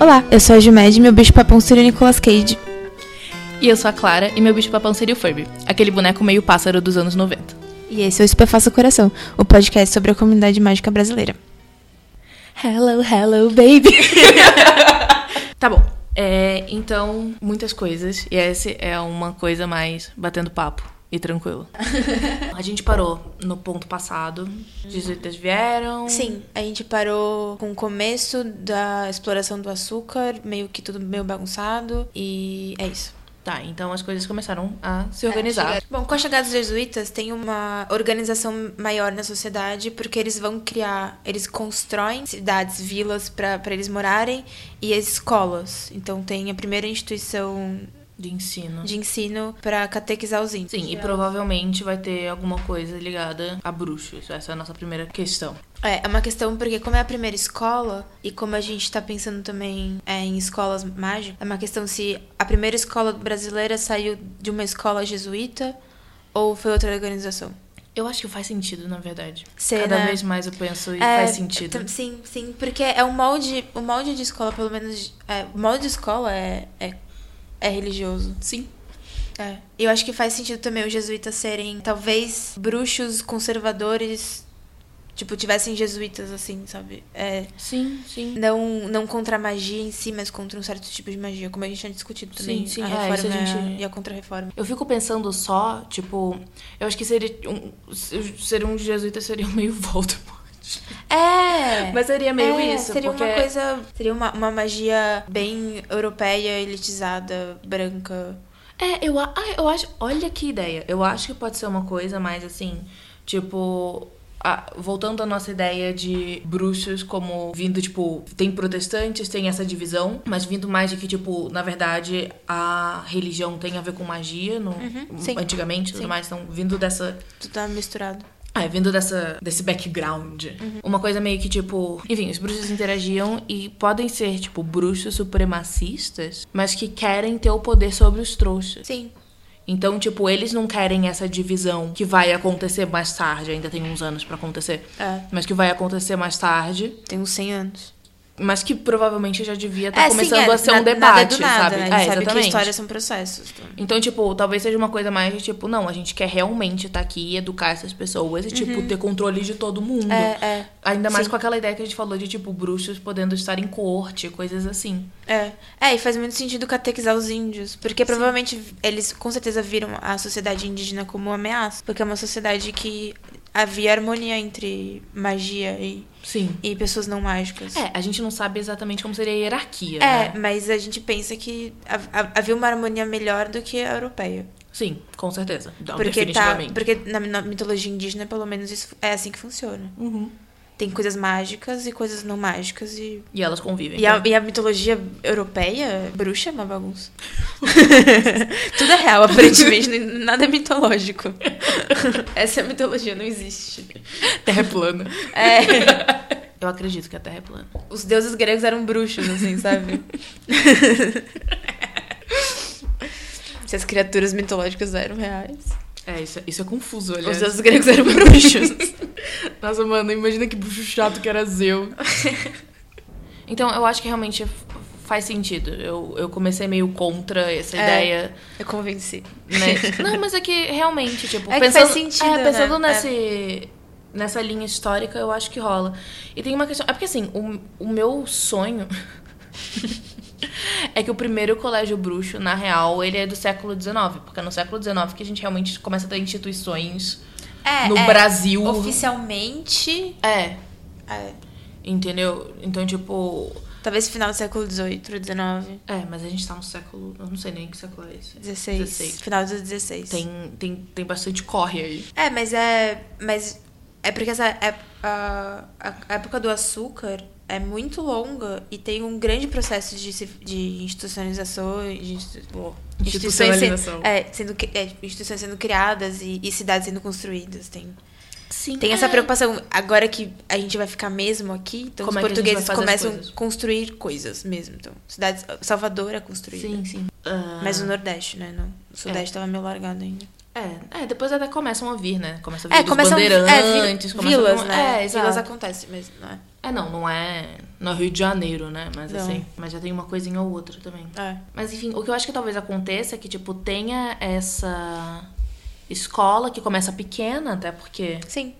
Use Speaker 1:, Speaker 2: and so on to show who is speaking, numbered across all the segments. Speaker 1: Olá, eu sou a Jumed e meu bicho papão seria o Nicolas Cage.
Speaker 2: E eu sou a Clara e meu bicho papão seria o Furby, aquele boneco meio pássaro dos anos 90.
Speaker 1: E esse é o Estupefaça Coração, o podcast sobre a comunidade mágica brasileira. Hello, hello, baby!
Speaker 2: Tá bom. É, então, muitas coisas. E essa é uma coisa mais batendo papo e tranquilo. A gente parou no ponto passado. 18 vieram.
Speaker 3: Sim, a gente parou com o começo da exploração do açúcar, meio que tudo meio bagunçado, e é isso.
Speaker 2: Tá, então as coisas começaram a
Speaker 3: É,
Speaker 2: se organizar.
Speaker 3: Bom, com a chegada dos jesuítas, tem uma organização maior na sociedade, porque eles vão criar, eles constroem cidades, vilas para eles morarem e escolas. Então tem a primeira instituição
Speaker 2: de ensino.
Speaker 3: de ensino para catequizar os índios.
Speaker 2: Sim, e provavelmente vai ter alguma coisa ligada a bruxos. Essa é a nossa primeira questão.
Speaker 3: É, é uma questão porque como é a primeira escola e como a gente tá pensando também é, em escolas mágicas, é uma questão se a primeira escola brasileira saiu de uma escola jesuíta ou foi outra organização.
Speaker 2: Eu acho que faz sentido, na verdade.
Speaker 3: Sei,
Speaker 2: Cada
Speaker 3: né?
Speaker 2: vez mais eu penso e
Speaker 3: É,
Speaker 2: faz sentido.
Speaker 3: tam- Sim, sim, porque é um molde, o molde de escola, pelo menos, é, o molde de escola é, é, é religioso.
Speaker 2: Sim.
Speaker 3: É. Eu acho que faz sentido também os jesuítas serem, talvez, bruxos conservadores, tipo, tivessem jesuítas, assim, sabe? É,
Speaker 2: Sim, sim.
Speaker 3: não, não contra a magia em si, mas contra um certo tipo de magia, como a gente tinha discutido também.
Speaker 2: Sim, sim,
Speaker 3: a
Speaker 2: é,
Speaker 3: reforma
Speaker 2: isso a gente-
Speaker 3: e a contra-reforma.
Speaker 2: Eu fico pensando só, tipo, eu acho que seria um, ser um jesuíta seria meio Voldemort.
Speaker 3: É!
Speaker 2: Mas seria meio
Speaker 3: É,
Speaker 2: isso,
Speaker 3: seria
Speaker 2: porque
Speaker 3: uma coisa. Seria uma, uma magia bem europeia, elitizada, branca.
Speaker 2: É, eu, a- ah, eu acho. Olha que ideia. Eu acho que pode ser uma coisa mais assim, tipo. a- voltando à nossa ideia de bruxos como vindo, tipo, tem protestantes, tem essa divisão, mas vindo mais de que, tipo, na verdade, a religião tem a ver com magia, no,
Speaker 3: Uhum, sim.
Speaker 2: antigamente e tudo mais, então vindo dessa
Speaker 3: Tudo tá misturado.
Speaker 2: ah, é vindo dessa, desse background.
Speaker 3: Uhum.
Speaker 2: Uma coisa meio que tipo. Enfim, os bruxos interagiam e podem ser, tipo, bruxos supremacistas, mas que querem ter o poder sobre os trouxas.
Speaker 3: Sim.
Speaker 2: Então, tipo, eles não querem essa divisão que vai acontecer mais tarde, ainda tem uns anos pra acontecer.
Speaker 3: É.
Speaker 2: Mas que vai acontecer mais tarde,
Speaker 3: Tem uns 100 anos.
Speaker 2: mas que provavelmente já devia estar
Speaker 3: sim,
Speaker 2: começando
Speaker 3: é,
Speaker 2: a ser
Speaker 3: na-
Speaker 2: um debate,
Speaker 3: nada é do nada,
Speaker 2: sabe?
Speaker 3: Né? A gente
Speaker 2: é,
Speaker 3: sabe que
Speaker 2: exatamente.
Speaker 3: histórias são processos. então.
Speaker 2: Então, tipo, talvez seja uma coisa mais de tipo, não, a gente quer realmente estar aqui e educar essas pessoas e, tipo, ter controle de todo mundo.
Speaker 3: Uhum. É, é.
Speaker 2: Ainda mais com aquela ideia que a gente falou de, tipo, bruxos podendo estar em corte, coisas assim.
Speaker 3: É. é, e faz muito sentido catequizar os índios, porque provavelmente eles com certeza viram a sociedade indígena como uma ameaça, porque é uma sociedade que havia harmonia entre magia e,
Speaker 2: Sim.
Speaker 3: e pessoas não mágicas.
Speaker 2: É, a gente não sabe exatamente como seria a hierarquia.
Speaker 3: É,
Speaker 2: né?
Speaker 3: mas a gente pensa que ha- ha- havia uma harmonia melhor do que a europeia.
Speaker 2: Sim, com certeza. Não,
Speaker 3: Porque, tá,
Speaker 2: definitivamente.
Speaker 3: porque na, na mitologia indígena, pelo menos, isso é assim que funciona.
Speaker 2: Uhum.
Speaker 3: Tem coisas mágicas e coisas não mágicas. E,
Speaker 2: E elas convivem.
Speaker 3: e, a, e a mitologia europeia, bruxa, é uma bagunça. Tudo é real, aparentemente. n- Nada é mitológico. Essa é a mitologia, não existe.
Speaker 2: Terra é plana.
Speaker 3: É,
Speaker 2: Eu acredito que a Terra é plana.
Speaker 3: os deuses gregos eram bruxos, assim, sabe? Se as criaturas mitológicas eram reais.
Speaker 2: É, isso, isso é confuso, olha.
Speaker 3: Os deuses gregos eram bruxos.
Speaker 2: Nossa, mano, imagina que bruxo chato que era Zeu. então, eu acho que realmente f- faz sentido. Eu, eu comecei meio contra essa
Speaker 3: É.
Speaker 2: ideia,
Speaker 3: Eu convenci.
Speaker 2: né? Não, mas é que realmente, tipo,
Speaker 3: É que
Speaker 2: pensando,
Speaker 3: faz sentido,
Speaker 2: é, pensando
Speaker 3: né?
Speaker 2: nesse, nessa linha histórica, eu acho que rola. E tem uma questão. É porque assim, o, o meu sonho. É que o primeiro colégio bruxo, na real, ele é do século XIX. Porque é no século XIX que a gente realmente começa a ter instituições
Speaker 3: É,
Speaker 2: no
Speaker 3: é,
Speaker 2: Brasil.
Speaker 3: Oficialmente.
Speaker 2: É,
Speaker 3: é,
Speaker 2: Entendeu? Então, tipo.
Speaker 3: talvez final do século XVIII, XIX,
Speaker 2: É, mas a gente tá no século. Eu não sei nem que século é esse.
Speaker 3: XVI. Final do XVI.
Speaker 2: Tem, tem, tem bastante corre aí.
Speaker 3: É, mas é. Mas é porque essa é- a, a época do açúcar é muito longa e tem um grande processo de, se- de institucionalização. De, insti- pô, instituições
Speaker 2: Institucionalização.
Speaker 3: sendo, é, sendo, cri- é, instituições sendo criadas e, e cidades sendo construídas. Tem,
Speaker 2: Sim.
Speaker 3: tem essa preocupação. Agora que a gente vai ficar mesmo aqui, então
Speaker 2: Como
Speaker 3: os
Speaker 2: é que a gente vai
Speaker 3: portugueses
Speaker 2: fazer as
Speaker 3: começam
Speaker 2: coisas?
Speaker 3: a construir coisas mesmo. Então, cidades, Salvador é construída.
Speaker 2: Sim, sim. Ah,
Speaker 3: Mas o Nordeste, né? No, o Sudeste tava meio largado ainda.
Speaker 2: É, é, depois até começam a vir, né? Começam a vir
Speaker 3: É,
Speaker 2: os
Speaker 3: começam
Speaker 2: bandeirantes,
Speaker 3: é, vi-
Speaker 2: começam
Speaker 3: vilas,
Speaker 2: a...
Speaker 3: né?
Speaker 2: um- É,
Speaker 3: vilas
Speaker 2: exato.
Speaker 3: acontece, mas não é.
Speaker 2: É, não, não é no Rio de Janeiro, né? Mas
Speaker 3: Não.
Speaker 2: assim, mas já tem uma coisinha ou outra também.
Speaker 3: É.
Speaker 2: Mas enfim, o que eu acho que talvez aconteça é que, tipo, tenha essa escola que começa pequena, até porque
Speaker 3: Sim.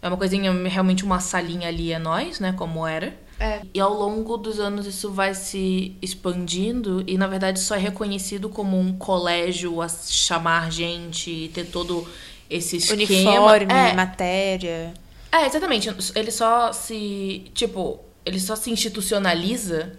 Speaker 2: é uma coisinha, realmente uma salinha ali é nós, né? Como era.
Speaker 3: É.
Speaker 2: E ao longo dos anos isso vai se expandindo e na verdade só é reconhecido como um colégio a chamar gente e ter todo esse esquema.
Speaker 3: Uniforme, né?
Speaker 2: é,
Speaker 3: matéria.
Speaker 2: é, exatamente. Ele só se. Tipo, ele só se institucionaliza.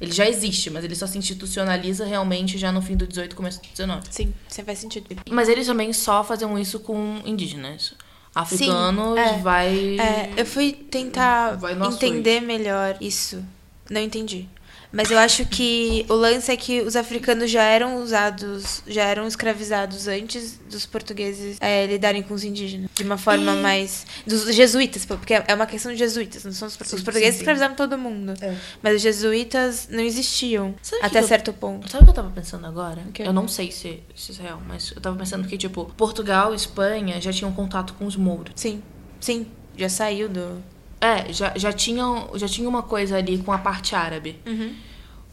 Speaker 2: Ele já existe, mas ele só se institucionaliza realmente já no fim do 18, começo do 19.
Speaker 3: Sim, sempre faz sentido.
Speaker 2: Mas eles também só fazem isso com indígenas. Africanos
Speaker 3: é.
Speaker 2: vai.
Speaker 3: É, eu fui tentar
Speaker 2: Vai no açougue.
Speaker 3: entender melhor isso. Não entendi. Mas eu acho que o lance é que os africanos já eram usados, já eram escravizados antes dos portugueses é, lidarem com os indígenas. De uma forma mais. Dos jesuítas, pô, porque é uma questão de jesuítas, não são os, os
Speaker 2: Sim,
Speaker 3: portugueses
Speaker 2: sim, sim.
Speaker 3: escravizaram todo mundo.
Speaker 2: É.
Speaker 3: Mas os jesuítas não existiam
Speaker 2: Sabe
Speaker 3: até
Speaker 2: que eu-
Speaker 3: certo ponto.
Speaker 2: Sabe o que eu tava pensando agora?
Speaker 3: O quê?
Speaker 2: Eu não sei se, se isso é real, mas eu tava pensando que, tipo, Portugal e Espanha já tinham contato com os mouros.
Speaker 3: Sim, sim, já saiu do.
Speaker 2: É, já, já, tinham, já tinha uma coisa ali com a parte árabe.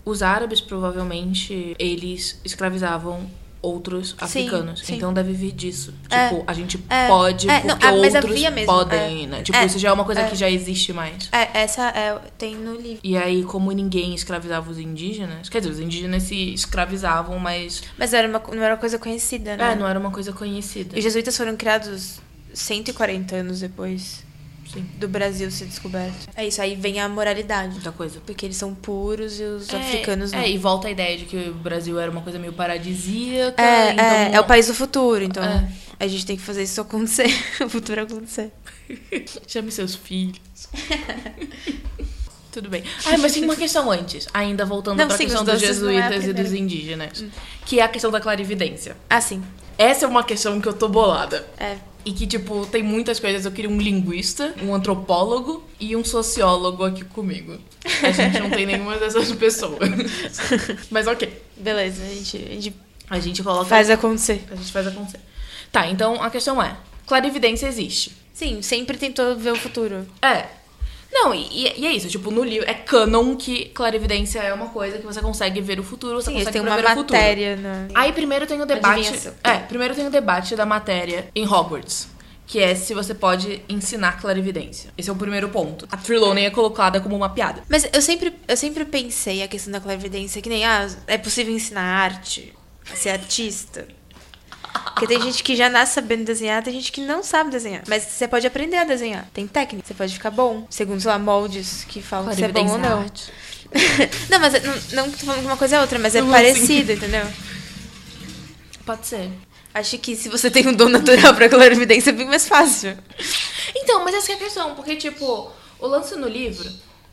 Speaker 2: Os árabes, provavelmente, eles escravizavam outros africanos.
Speaker 3: sim.
Speaker 2: Então deve vir disso.
Speaker 3: É.
Speaker 2: Tipo, a gente
Speaker 3: É.
Speaker 2: pode,
Speaker 3: É,
Speaker 2: porque
Speaker 3: não, ah, mas
Speaker 2: outros
Speaker 3: havia mesmo,
Speaker 2: podem,
Speaker 3: é.
Speaker 2: né? Tipo,
Speaker 3: É.
Speaker 2: isso já é uma coisa
Speaker 3: É.
Speaker 2: que já existe mais.
Speaker 3: É, essa é, tem no livro.
Speaker 2: E aí, como ninguém escravizava os indígenas... Quer dizer, os indígenas se escravizavam, mas...
Speaker 3: Mas era uma, não era uma coisa conhecida, né?
Speaker 2: É, não era uma coisa conhecida.
Speaker 3: E Os jesuítas foram criados 140 anos depois
Speaker 2: Sim.
Speaker 3: do Brasil ser descoberto. É isso, aí vem a moralidade.
Speaker 2: muita coisa.
Speaker 3: Porque eles são puros e os
Speaker 2: É,
Speaker 3: africanos não.
Speaker 2: É, e volta a ideia de que o Brasil era uma coisa meio paradisíaca.
Speaker 3: É,
Speaker 2: então...
Speaker 3: é, é o país do futuro, então
Speaker 2: É.
Speaker 3: a gente tem que fazer isso acontecer, o futuro acontecer.
Speaker 2: Chame seus filhos. Tudo bem. Ah, mas tem uma questão antes, ainda voltando
Speaker 3: Não,
Speaker 2: pra
Speaker 3: sim,
Speaker 2: questão
Speaker 3: os
Speaker 2: dos
Speaker 3: doces não é a
Speaker 2: jesuítas e dos
Speaker 3: primeira. Hum.
Speaker 2: indígenas, que é a questão da clarividência.
Speaker 3: Ah, sim.
Speaker 2: Essa é uma questão que eu tô bolada.
Speaker 3: É.
Speaker 2: E que, tipo, tem muitas coisas. Eu queria um linguista, um antropólogo e um sociólogo aqui comigo. A gente não tem nenhuma dessas pessoas. Mas ok.
Speaker 3: Beleza, a gente, a gente
Speaker 2: A gente coloca
Speaker 3: faz acontecer.
Speaker 2: A gente faz acontecer. Tá, então a questão é: clarividência existe.
Speaker 3: Sim, sempre tentou ver o futuro.
Speaker 2: É. Não, e, e- e é isso, tipo, no livro é canon que clarividência é uma coisa que você consegue ver o futuro, você
Speaker 3: Sim, eles
Speaker 2: consegue
Speaker 3: têm uma
Speaker 2: prever o futuro.
Speaker 3: matéria né? na.
Speaker 2: Aí primeiro tem o debate.
Speaker 3: Adivinhação.
Speaker 2: É, primeiro tem o debate da matéria em Hogwarts. Que é se você pode ensinar clarividência. Esse é o primeiro ponto. A Trelawney é colocada como uma piada.
Speaker 3: Mas eu sempre, eu sempre pensei a questão da clarividência, que nem, ah, é possível ensinar arte, ser artista. Porque tem gente que já nasce sabendo desenhar, tem gente que não sabe desenhar. Mas você pode aprender a desenhar. Tem técnica, você pode ficar bom. Segundo, sei lá, moldes que falam que você é bom ou
Speaker 2: Clarividência é
Speaker 3: não. não, mas é, não, não tô falando que uma coisa é outra, mas é
Speaker 2: Não,
Speaker 3: parecido, entendeu?
Speaker 2: Pode ser.
Speaker 3: Acho que se você tem um dom natural pra clarividência, é bem mais fácil.
Speaker 2: Então, mas essa que é a questão, porque, tipo, o lance no livro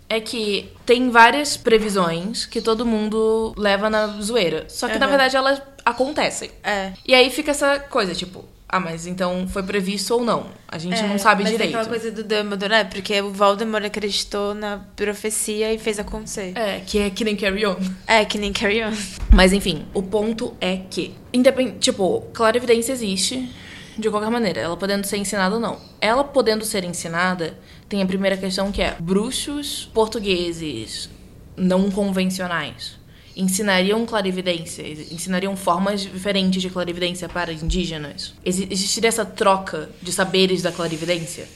Speaker 2: é que tem várias previsões que todo mundo leva na zoeira. Só que, na
Speaker 3: Aham.
Speaker 2: verdade, elas acontecem.
Speaker 3: É.
Speaker 2: E aí fica essa coisa, tipo, ah, mas então foi previsto ou não? A gente
Speaker 3: É,
Speaker 2: não sabe
Speaker 3: mas é
Speaker 2: direito.
Speaker 3: aquela coisa do Dumbledore, né? Porque o Voldemort acreditou na profecia e fez acontecer.
Speaker 2: É, que é que nem carry on.
Speaker 3: É, que nem Carry On.
Speaker 2: Mas enfim, o ponto é que, independente, tipo, clarividência existe de qualquer maneira, ela podendo ser ensinada ou não. Ela podendo ser ensinada, tem a primeira questão que é: bruxos portugueses não convencionais ensinariam clarividência, ensinariam formas diferentes de clarividência para indígenas? Exi- Existiria essa troca de saberes da clarividência?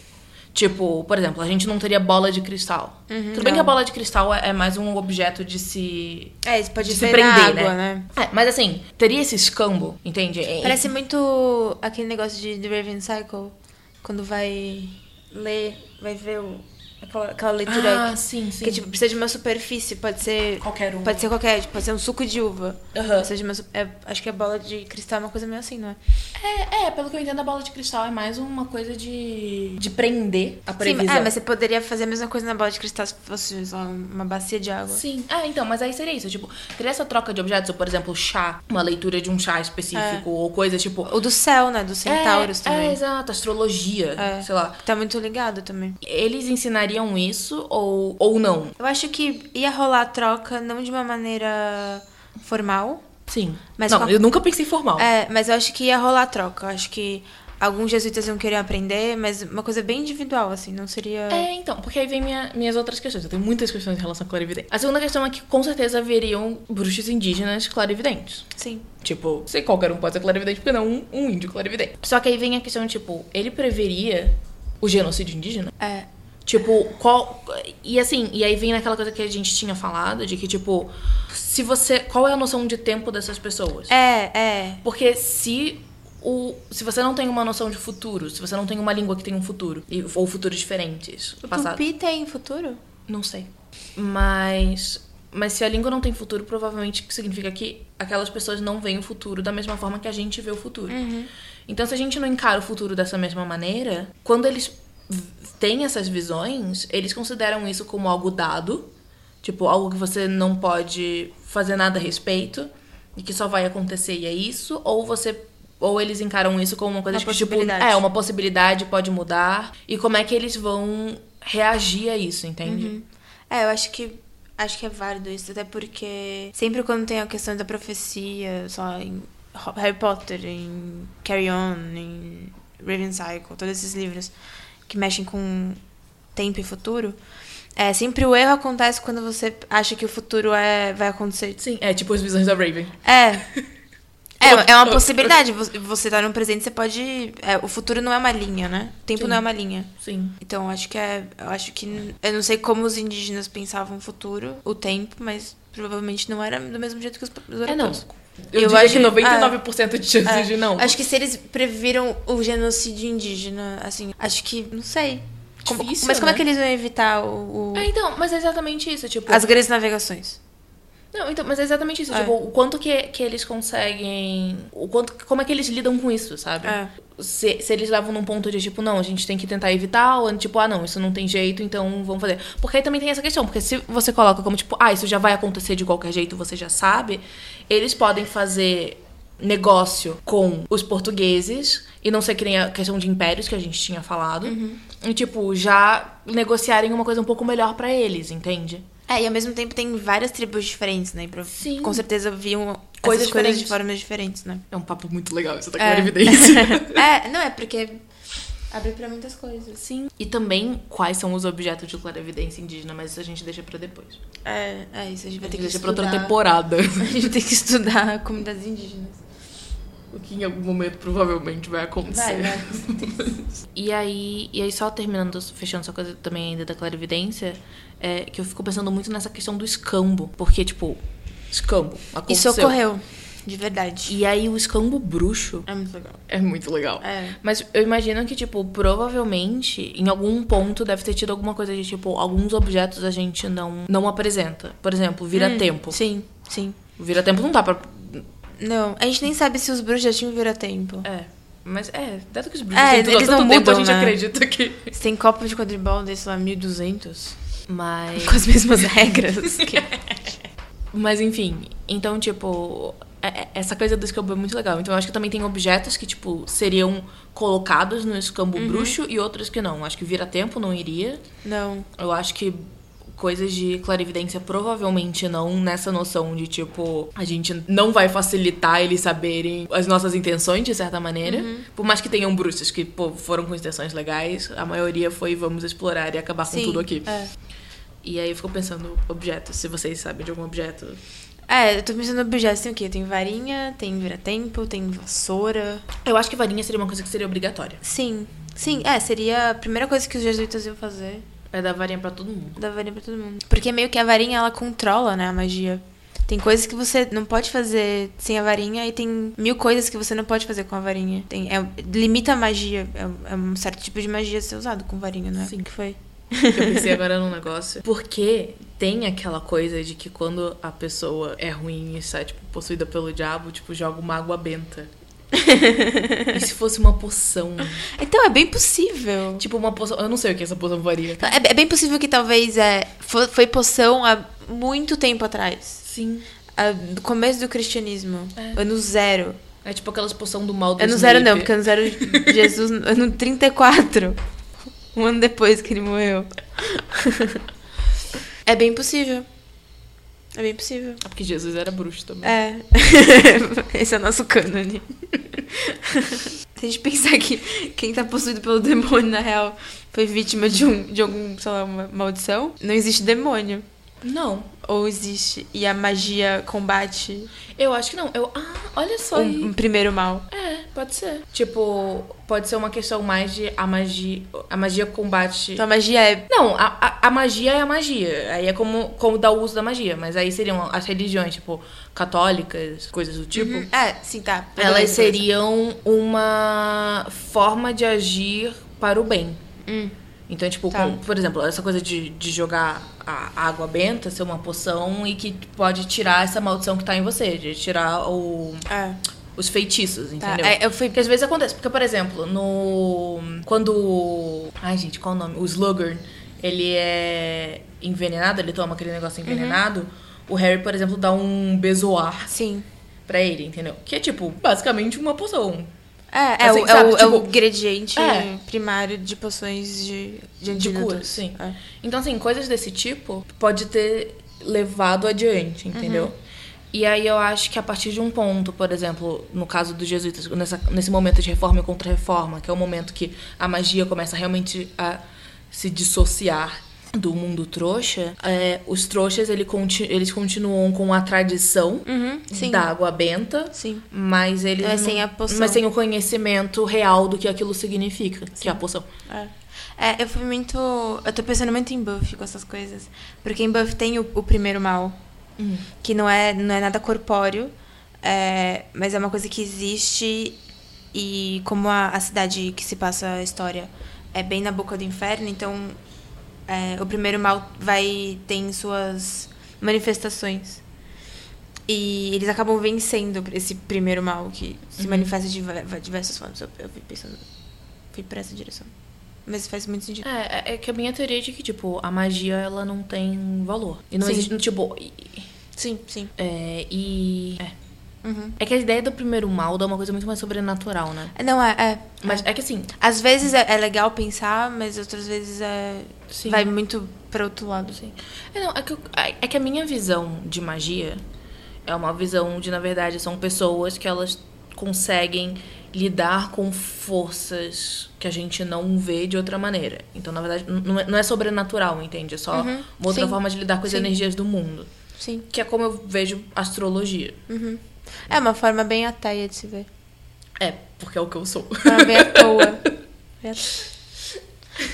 Speaker 2: Tipo, por exemplo, a gente não teria bola de cristal. Tudo bem que a bola de cristal é é mais um objeto de se
Speaker 3: É, isso pode
Speaker 2: de
Speaker 3: ser
Speaker 2: se prender,
Speaker 3: na água, né?
Speaker 2: É, mas assim, teria esse escambo, entende? É-
Speaker 3: Parece muito aquele negócio de The Raven Cycle, quando vai ler, vai ver o- aquela, aquela leitura.
Speaker 2: Ah, sim, sim.
Speaker 3: Que tipo, precisa de uma superfície, pode ser.
Speaker 2: Qualquer uma.
Speaker 3: Pode ser qualquer, tipo, pode ser um suco de uva.
Speaker 2: Aham.
Speaker 3: Precisa de uma su- é, acho que a bola de cristal é uma coisa meio assim, não é?
Speaker 2: É, é, pelo que eu entendo, a bola de cristal é mais uma coisa de, de prender a
Speaker 3: Sim,
Speaker 2: previsão.
Speaker 3: é, mas você poderia fazer a mesma coisa na bola de cristal se fosse só uma bacia de água.
Speaker 2: Sim. Ah, então, mas aí seria isso. Tipo, teria essa troca de objetos, ou, por exemplo, chá, uma leitura de um chá específico, ou coisa tipo.
Speaker 3: Ou do céu, né? Dos É. centauros
Speaker 2: é, É,
Speaker 3: também.
Speaker 2: exato, astrologia,
Speaker 3: É.
Speaker 2: sei lá.
Speaker 3: Tá muito ligado também.
Speaker 2: Eles ensinariam isso ou, ou não?
Speaker 3: Eu acho que ia rolar a troca não de uma maneira formal,
Speaker 2: Sim.
Speaker 3: Mas
Speaker 2: não,
Speaker 3: qual-
Speaker 2: eu nunca pensei formal.
Speaker 3: É, mas eu acho que ia rolar troca. Eu acho que alguns jesuítas iam querer aprender, mas uma coisa bem individual, assim, não seria.
Speaker 2: É, então, porque aí vem minha- minhas outras questões. Eu tenho muitas questões em relação à clarividência. A segunda questão é que com certeza haveriam bruxos indígenas clarividentes.
Speaker 3: Sim.
Speaker 2: Tipo, sei qualquer um pode ser clarividente, porque não um, um índio clarividente. Só que aí vem a questão, tipo, ele preveria o genocídio indígena?
Speaker 3: É.
Speaker 2: Tipo, qual. E assim, e aí vem naquela coisa que a gente tinha falado, de que, tipo, se você. Qual é a noção de tempo dessas pessoas?
Speaker 3: É, é.
Speaker 2: Porque se o se você não tem uma noção de futuro, se você não tem uma língua que tem um futuro e- ou futuros diferentes,
Speaker 3: O
Speaker 2: passado,
Speaker 3: tupi tem futuro?
Speaker 2: não sei. Mas mas se a língua não tem futuro, provavelmente significa que aquelas pessoas não veem o futuro da mesma forma que a gente vê o futuro.
Speaker 3: Uhum.
Speaker 2: Então se a gente não encara o futuro dessa mesma maneira, quando eles v- têm essas visões, eles consideram isso como algo dado, tipo algo que você não pode fazer nada a respeito e que só vai acontecer e é isso, ou você ou eles encaram isso como uma coisa
Speaker 3: Uma
Speaker 2: que tipo,
Speaker 3: possibilidade.
Speaker 2: é uma possibilidade, pode mudar, e como é que eles vão reagir a isso, entende?
Speaker 3: É, eu acho que acho que é válido isso, até porque sempre quando tem a questão da profecia, só em Ho- Harry Potter, em Carry On, em Raven Cycle, todos esses livros que mexem com tempo e futuro, é sempre o erro acontece quando você acha que o futuro é vai acontecer.
Speaker 2: Sim, é tipo as visões da Raven.
Speaker 3: É. É, é uma possibilidade. Vo- Você tá num presente, você pode. é, o futuro não é uma linha, né? O tempo
Speaker 2: Sim.
Speaker 3: não é uma linha.
Speaker 2: Sim.
Speaker 3: Então, eu acho que é. Eu acho que. n- Eu não sei como os indígenas pensavam o futuro, o tempo, mas provavelmente não era do mesmo jeito que os, os
Speaker 2: É não.
Speaker 3: europeus.
Speaker 2: Eu,
Speaker 3: Eu
Speaker 2: diria
Speaker 3: acho-
Speaker 2: que 99% de chances
Speaker 3: É.
Speaker 2: de não.
Speaker 3: Acho que se eles previram o genocídio indígena, assim, acho que. Não sei. Como-
Speaker 2: Difícil,
Speaker 3: mas como é
Speaker 2: né?
Speaker 3: que eles iam evitar o. o-
Speaker 2: É, então, mas é exatamente isso, tipo,
Speaker 3: as grandes navegações?
Speaker 2: Não, então, mas é exatamente isso.
Speaker 3: É.
Speaker 2: Tipo, o quanto que, que eles conseguem. O quanto, como é que eles lidam com isso, sabe?
Speaker 3: É.
Speaker 2: Se, se eles levam num ponto de tipo, não, a gente tem que tentar evitar, ou tipo, ah, não, isso não tem jeito, então vamos fazer. Porque aí também tem essa questão, porque se você coloca como tipo, ah, isso já vai acontecer de qualquer jeito, você já sabe, eles podem fazer negócio com os portugueses e não ser que nem a questão de impérios que a gente tinha falado. E tipo, já negociarem uma coisa um pouco melhor pra eles, entende?
Speaker 3: É, e ao mesmo tempo tem várias tribos diferentes, né? E prov-
Speaker 2: Sim.
Speaker 3: Com certeza viam
Speaker 2: Coisas
Speaker 3: coisas, coisas de
Speaker 2: diferentes.
Speaker 3: formas diferentes, né?
Speaker 2: É um papo muito legal, isso tá
Speaker 3: É.
Speaker 2: com evidência.
Speaker 3: é, não é porque abre pra muitas coisas.
Speaker 2: Sim. E também quais são os objetos de clarividência indígena, mas isso a gente deixa pra depois.
Speaker 3: É, é isso, a gente vai
Speaker 2: A
Speaker 3: ter
Speaker 2: gente
Speaker 3: que
Speaker 2: deixa
Speaker 3: estudar.
Speaker 2: pra outra temporada.
Speaker 3: A gente tem que estudar comunidades indígenas.
Speaker 2: O que em algum momento provavelmente vai acontecer.
Speaker 3: Vai, vai.
Speaker 2: E aí, e aí só terminando, fechando essa coisa também ainda da clarividência, é que eu fico pensando muito nessa questão do escambo. Porque, tipo, escambo.
Speaker 3: Isso
Speaker 2: Aconteceu.
Speaker 3: ocorreu, de verdade.
Speaker 2: E aí o escambo bruxo
Speaker 3: É muito legal.
Speaker 2: é muito legal.
Speaker 3: É.
Speaker 2: Mas eu imagino que, tipo, provavelmente, em algum ponto, deve ter tido alguma coisa de, tipo, alguns objetos a gente não, não apresenta. Por exemplo, vira-tempo.
Speaker 3: Hum, Sim, sim.
Speaker 2: Vira-tempo não dá pra.
Speaker 3: Não, a gente nem sabe se os bruxos já tinham vira-tempo.
Speaker 2: É. Mas é, dado que os bruxos
Speaker 3: É,
Speaker 2: têm tudo há
Speaker 3: eles não
Speaker 2: tanto tempo, a
Speaker 3: mudam,
Speaker 2: gente
Speaker 3: né?
Speaker 2: acredita que.
Speaker 3: Se tem copo de quadribol desse lá, 1200,
Speaker 2: Mas.
Speaker 3: com as mesmas regras. que-
Speaker 2: É. Mas enfim, então, tipo, é- é- essa coisa do escambo é muito legal. Então, eu acho que também tem objetos que, tipo, seriam colocados no escambo bruxo e outros que não. Acho que vira-tempo não iria.
Speaker 3: Não.
Speaker 2: Eu acho que coisas de clarividência provavelmente não nessa noção de tipo a gente não vai facilitar eles saberem as nossas intenções de certa maneira por mais que tenham bruxas que pô, foram com intenções legais a maioria foi vamos explorar e acabar
Speaker 3: Sim,
Speaker 2: com tudo aqui
Speaker 3: é.
Speaker 2: e aí eu fico pensando objetos se vocês sabem de algum objeto
Speaker 3: É, eu tô pensando em objetos, tem o quê? Tem varinha, tem vira-tempo, tem vassoura.
Speaker 2: eu acho que varinha seria uma coisa que seria obrigatória
Speaker 3: Sim, sim, é, seria a primeira coisa que os jesuítas iam fazer,
Speaker 2: é dar varinha pra todo mundo
Speaker 3: dar varinha pra todo mundo. Porque meio que a varinha, ela controla, né, a magia. Tem coisas que você não pode fazer sem a varinha e tem mil coisas que você não pode fazer com a varinha. Tem, é, limita a magia, é, é um certo tipo de magia ser usado com varinha, não é?
Speaker 2: Sim.
Speaker 3: que foi.
Speaker 2: que eu pensei agora num negócio. Porque tem aquela coisa de que quando a pessoa é ruim e está, tipo, possuída pelo diabo, tipo, joga uma água benta. e se fosse uma poção?
Speaker 3: Então, é bem possível.
Speaker 2: Tipo, uma poção. Eu não sei o que essa poção faria.
Speaker 3: É, é bem possível que talvez é, fo- foi poção há muito tempo atrás.
Speaker 2: Sim.
Speaker 3: Ah, do começo do cristianismo.
Speaker 2: É.
Speaker 3: Ano zero.
Speaker 2: É tipo aquelas poção do mal do
Speaker 3: Ano
Speaker 2: Snape.
Speaker 3: zero não, porque ano zero Jesus. ano 34. Um ano depois que ele morreu. é bem possível. É bem possível.
Speaker 2: É porque Jesus era bruxo também.
Speaker 3: É. Esse é o nosso cânone. Se a gente pensar que quem tá possuído pelo demônio, na real, foi vítima de, um, de algum, sei lá, uma maldição, não existe demônio.
Speaker 2: Não,
Speaker 3: Ou existe. E a magia combate
Speaker 2: eu acho que não. Eu, ah, olha só. aí.
Speaker 3: um, um primeiro mal.
Speaker 2: É, pode ser. Tipo, pode ser uma questão mais de a magia, a magia combate.
Speaker 3: Então a magia é.
Speaker 2: Não, a, a, a magia é a magia. Aí é como, como dar o uso da magia. Mas aí seriam as religiões, tipo, católicas, coisas do tipo.
Speaker 3: É, sim, tá.
Speaker 2: Elas seriam uma forma de agir para o bem.
Speaker 3: Hum.
Speaker 2: Então, tipo,
Speaker 3: Tá.
Speaker 2: com- por exemplo, essa coisa de, de jogar a água benta ser uma poção e que pode tirar essa maldição que tá em você, de tirar o,
Speaker 3: É,
Speaker 2: os feitiços,
Speaker 3: tá.
Speaker 2: entendeu?
Speaker 3: É, eu fui.
Speaker 2: Porque às vezes acontece. Porque, por exemplo, no. Quando. o- Ai, gente, qual o nome? O Slughorn, ele é envenenado, ele toma aquele negócio envenenado. O Harry, por exemplo, dá um bezoar
Speaker 3: Sim.
Speaker 2: pra ele, entendeu? Que é, tipo, basicamente uma poção.
Speaker 3: É, é,
Speaker 2: Assim,
Speaker 3: o, é
Speaker 2: sabe,
Speaker 3: o- é o
Speaker 2: tipo-
Speaker 3: ingrediente
Speaker 2: É.
Speaker 3: primário de poções de, de
Speaker 2: De cura,
Speaker 3: antídotos.
Speaker 2: Né, sim.
Speaker 3: É.
Speaker 2: Então, assim, coisas desse tipo pode ter levado adiante, entendeu?
Speaker 3: Uhum.
Speaker 2: E aí eu acho que a partir de um ponto, por exemplo, no caso dos jesuítas, nessa- nesse momento de reforma e contra-reforma, que é o momento que a magia começa realmente a se dissociar do mundo trouxa, é, os trouxas ele conti- eles continuam com a tradição
Speaker 3: Uhum, sim.
Speaker 2: da água benta,
Speaker 3: Sim.
Speaker 2: mas eles
Speaker 3: Mas
Speaker 2: não-
Speaker 3: sem a poção.
Speaker 2: mas sem o conhecimento real do que aquilo significa, que é a poção.
Speaker 3: É. É, eu fui muito. Eu tô pensando muito em Buffy com essas coisas. Porque em Buffy tem o, o primeiro mal. Que não é, não é nada corpóreo. é, mas é uma coisa que existe. E como a, a cidade que se passa a história é bem na boca do inferno, então é, o primeiro mal vai. tem suas manifestações. E eles acabam vencendo esse primeiro mal que se manifesta de va- diversas formas. Eu, eu fui pensando. Fui pra essa direção. Mas faz muito sentido.
Speaker 2: É, é- é que a minha teoria é de que, tipo, a magia, ela não tem valor. E não
Speaker 3: Sim.
Speaker 2: existe, tipo... e-
Speaker 3: Sim, sim.
Speaker 2: É, e... É.
Speaker 3: Uhum.
Speaker 2: É que a ideia do primeiro mal dá uma coisa muito mais sobrenatural, né?
Speaker 3: Não, é. é.
Speaker 2: Mas é que assim...
Speaker 3: Às vezes é, é legal pensar, mas outras vezes é.
Speaker 2: Sim.
Speaker 3: Vai muito pra outro lado, assim. sim.
Speaker 2: É, não, é, que, eu- é- é que a minha visão de magia é uma visão de, na verdade, são pessoas que elas conseguem lidar com forças que a gente não vê de outra maneira. Então, na verdade, n- não é, não é sobrenatural, entende? É só
Speaker 3: Uhum.
Speaker 2: uma outra
Speaker 3: Sim.
Speaker 2: forma de lidar com as
Speaker 3: Sim.
Speaker 2: energias do mundo.
Speaker 3: Sim.
Speaker 2: Que é como eu vejo astrologia.
Speaker 3: Uhum. É uma forma bem ateia de se ver.
Speaker 2: É, porque é o que eu sou.
Speaker 3: Uma bem à toa. Bem à toa.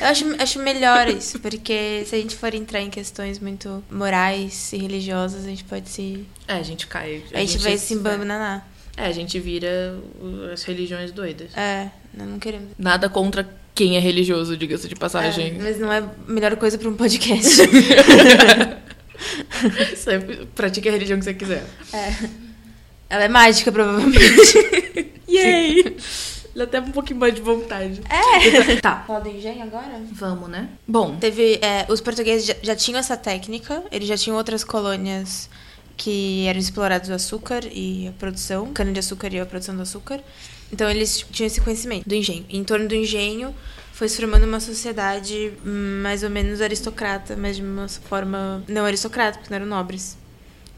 Speaker 3: Eu acho, acho melhor isso, porque se a gente for entrar em questões muito morais e religiosas, a gente pode se.
Speaker 2: É, a gente cai.
Speaker 3: A, gente, vai se embananar.
Speaker 2: É, a gente vira uh, as religiões doidas.
Speaker 3: É, nós não queremos.
Speaker 2: Nada contra quem é religioso, diga-se de
Speaker 3: É,
Speaker 2: passagem.
Speaker 3: mas não é a melhor coisa pra um podcast.
Speaker 2: Você pratica a religião que você quiser.
Speaker 3: Ela é mágica, provavelmente.
Speaker 2: Yay! Dá até um pouquinho mais de vontade.
Speaker 3: É!
Speaker 2: Tá.
Speaker 3: Fala do engenho agora?
Speaker 2: Vamos, né? Bom,
Speaker 3: Teve. é, os portugueses já, já tinham essa técnica, eles já tinham outras colônias que eram explorados o açúcar e a produção, cana-de-açúcar e a produção do açúcar. Então eles tinham esse conhecimento do engenho. E em torno do engenho foi se formando uma sociedade hum, mais ou menos aristocrata, mas de uma forma não aristocrata, porque não eram nobres.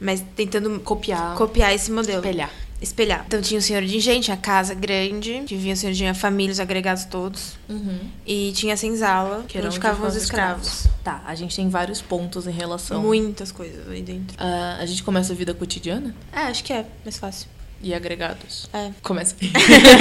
Speaker 3: Mas tentando
Speaker 2: copiar,
Speaker 3: copiar esse modelo.
Speaker 2: espelhar.
Speaker 3: Espelhar. Então tinha o senhor de engenho, tinha a casa grande, que vinha o senhor de engenho, a família, os agregados todos.
Speaker 2: Uhum.
Speaker 3: E tinha a senzala, que
Speaker 2: eram
Speaker 3: onde ficavam os escravos.
Speaker 2: Tá, a gente tem vários pontos em relação.
Speaker 3: Muitas coisas aí dentro.
Speaker 2: Ah, a gente começa a vida cotidiana
Speaker 3: É, acho que é mais fácil.
Speaker 2: e agregados.
Speaker 3: É.
Speaker 2: Começa.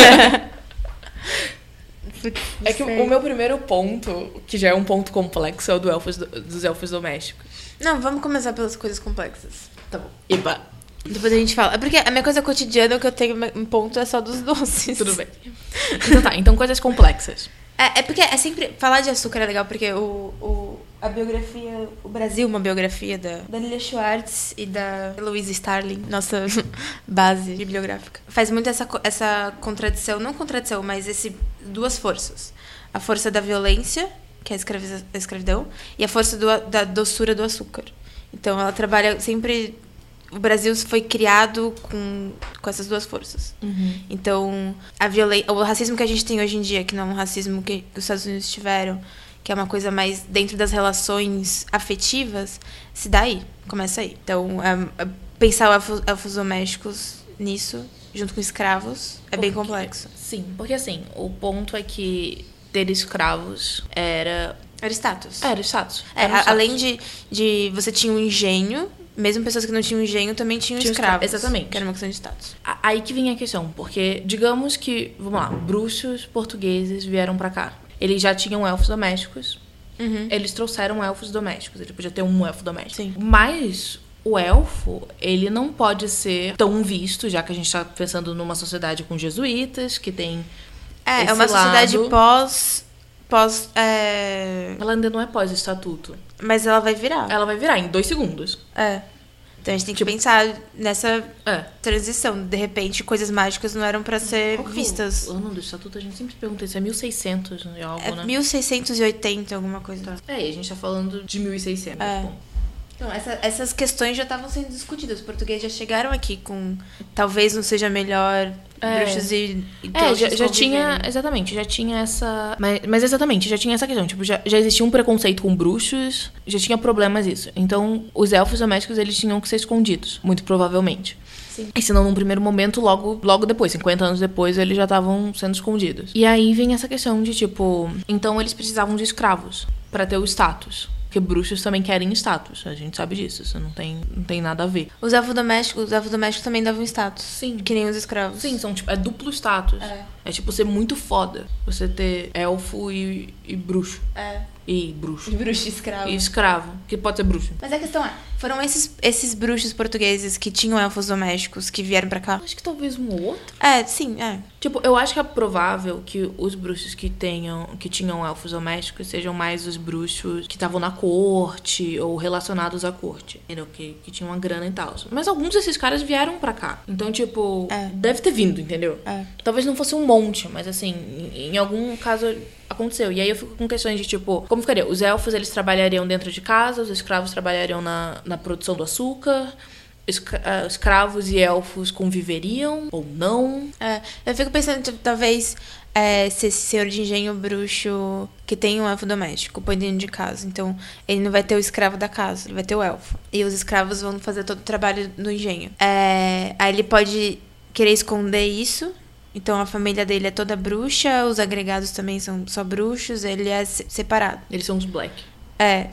Speaker 2: É que o meu primeiro ponto, que já é um ponto complexo, é o do elfos, dos elfos domésticos.
Speaker 3: Não, vamos começar pelas coisas complexas.
Speaker 2: Tá bom. Eba,
Speaker 3: Depois a gente fala. É porque a minha coisa cotidiana, o que eu tenho um ponto é só dos doces.
Speaker 2: tudo bem. Então tá, então coisas complexas.
Speaker 3: É, é porque é sempre. Falar de açúcar é legal, porque o, o, a biografia. O Brasil, uma biografia da da Lilia Schwartz e da Louise Starling, nossa base bibliográfica. Faz muito essa, co- essa contradição, não contradição, mas esse duas forças: a força da violência, que é a, escraviza- a escravidão, e a força do a- da doçura do açúcar. Então ela trabalha sempre. O Brasil foi criado com, com essas duas forças. Então, a violen- o racismo que a gente tem hoje em dia, que não é um racismo que os Estados Unidos tiveram, que é uma coisa mais dentro das relações afetivas, se dá aí, começa aí. Então, é- é pensar elfos, elfos domésticos nisso, junto com escravos, é bem
Speaker 2: Porque-
Speaker 3: complexo.
Speaker 2: Sim, porque assim, o ponto é que ter escravos era.
Speaker 3: Era status.
Speaker 2: Era status.
Speaker 3: É,
Speaker 2: Era um
Speaker 3: a-
Speaker 2: status.
Speaker 3: além de, de você tinha um engenho, mesmo pessoas que não tinham engenho também tinham
Speaker 2: Tinha escra-
Speaker 3: escravos.
Speaker 2: exatamente.
Speaker 3: Que era uma questão de status.
Speaker 2: A- Aí que vem a questão, porque digamos que, vamos lá, bruxos portugueses vieram pra cá. Eles já tinham elfos domésticos. Eles trouxeram elfos domésticos. Ele podia ter um elfo doméstico.
Speaker 3: Sim.
Speaker 2: Mas o elfo, ele não pode ser tão visto, já que a gente tá pensando numa sociedade com jesuítas, que tem.
Speaker 3: É,
Speaker 2: esse
Speaker 3: é uma sociedade
Speaker 2: lado.
Speaker 3: pós. pós é,
Speaker 2: Ela ainda não é pós-estatuto.
Speaker 3: Mas ela vai virar.
Speaker 2: Ela vai virar em dois segundos.
Speaker 3: É. Então a gente tem que pensar nessa
Speaker 2: É.
Speaker 3: transição. De repente, coisas mágicas não eram pra ser
Speaker 2: Qual que é o
Speaker 3: vistas.
Speaker 2: ano do estatuto, a gente sempre pergunta isso. É 1600 e algo,
Speaker 3: É
Speaker 2: né?
Speaker 3: 1680, alguma coisa.
Speaker 2: É, e a gente tá falando de 1600.
Speaker 3: É.
Speaker 2: bom.
Speaker 3: Então, essa- essas questões já estavam sendo discutidas. Os portugueses já chegaram aqui com talvez não seja melhor
Speaker 2: É.
Speaker 3: bruxos e, e
Speaker 2: É,
Speaker 3: trouxas
Speaker 2: já, já
Speaker 3: convivendo.
Speaker 2: tinha. Exatamente, já tinha essa. Mas, mas exatamente, já tinha essa questão. Tipo, já, já existia um preconceito com bruxos, já tinha problemas isso. Então, os elfos domésticos eles tinham que ser escondidos, muito provavelmente.
Speaker 3: Sim.
Speaker 2: E se não num primeiro momento, logo, logo depois, 50 anos depois, eles já estavam sendo escondidos. E aí vem essa questão de tipo, então eles precisavam de escravos pra ter o status. Porque bruxos também querem status, a gente sabe disso, isso não tem, não tem nada a ver.
Speaker 3: Os afrodomésticos, os afrodomésticos também davam status.
Speaker 2: Sim.
Speaker 3: Que nem os escravos.
Speaker 2: Sim, são tipo, é duplo status.
Speaker 3: É.
Speaker 2: É tipo ser muito foda. Você ter elfo e, e bruxo.
Speaker 3: É.
Speaker 2: E bruxo.
Speaker 3: Bruxo e escravo.
Speaker 2: E escravo. Que pode ser bruxo.
Speaker 3: Mas a questão é, foram esses, esses bruxos portugueses que tinham elfos domésticos que vieram pra cá?
Speaker 2: Acho que talvez um ou outro.
Speaker 3: É, sim, é.
Speaker 2: Tipo, eu acho que é provável que os bruxos que tenham, que tinham elfos domésticos sejam mais os bruxos que estavam na corte ou relacionados à corte. Entendeu? Que, que tinham uma grana e tal. Mas alguns desses caras vieram pra cá. Então, tipo,
Speaker 3: É.
Speaker 2: deve ter vindo, entendeu?
Speaker 3: É.
Speaker 2: Talvez não fosse um monte, mas assim, em em algum caso aconteceu. E aí eu fico com questões de tipo, como ficaria? Os elfos eles trabalhariam dentro de casa, os escravos trabalhariam na, na produção do açúcar. Esca- ah, escravos e elfos conviveriam ou não?
Speaker 3: É, eu fico pensando, tipo, talvez, é, se esse senhor de engenho bruxo que tem um elfo doméstico, põe dentro de casa. Então, ele não vai ter o escravo da casa, ele vai ter o elfo. E os escravos vão fazer todo o trabalho no engenho. É, aí ele pode querer esconder isso. Então, a família dele é toda bruxa, os agregados também são só bruxos, ele é se- separado.
Speaker 2: Eles são os black.
Speaker 3: É,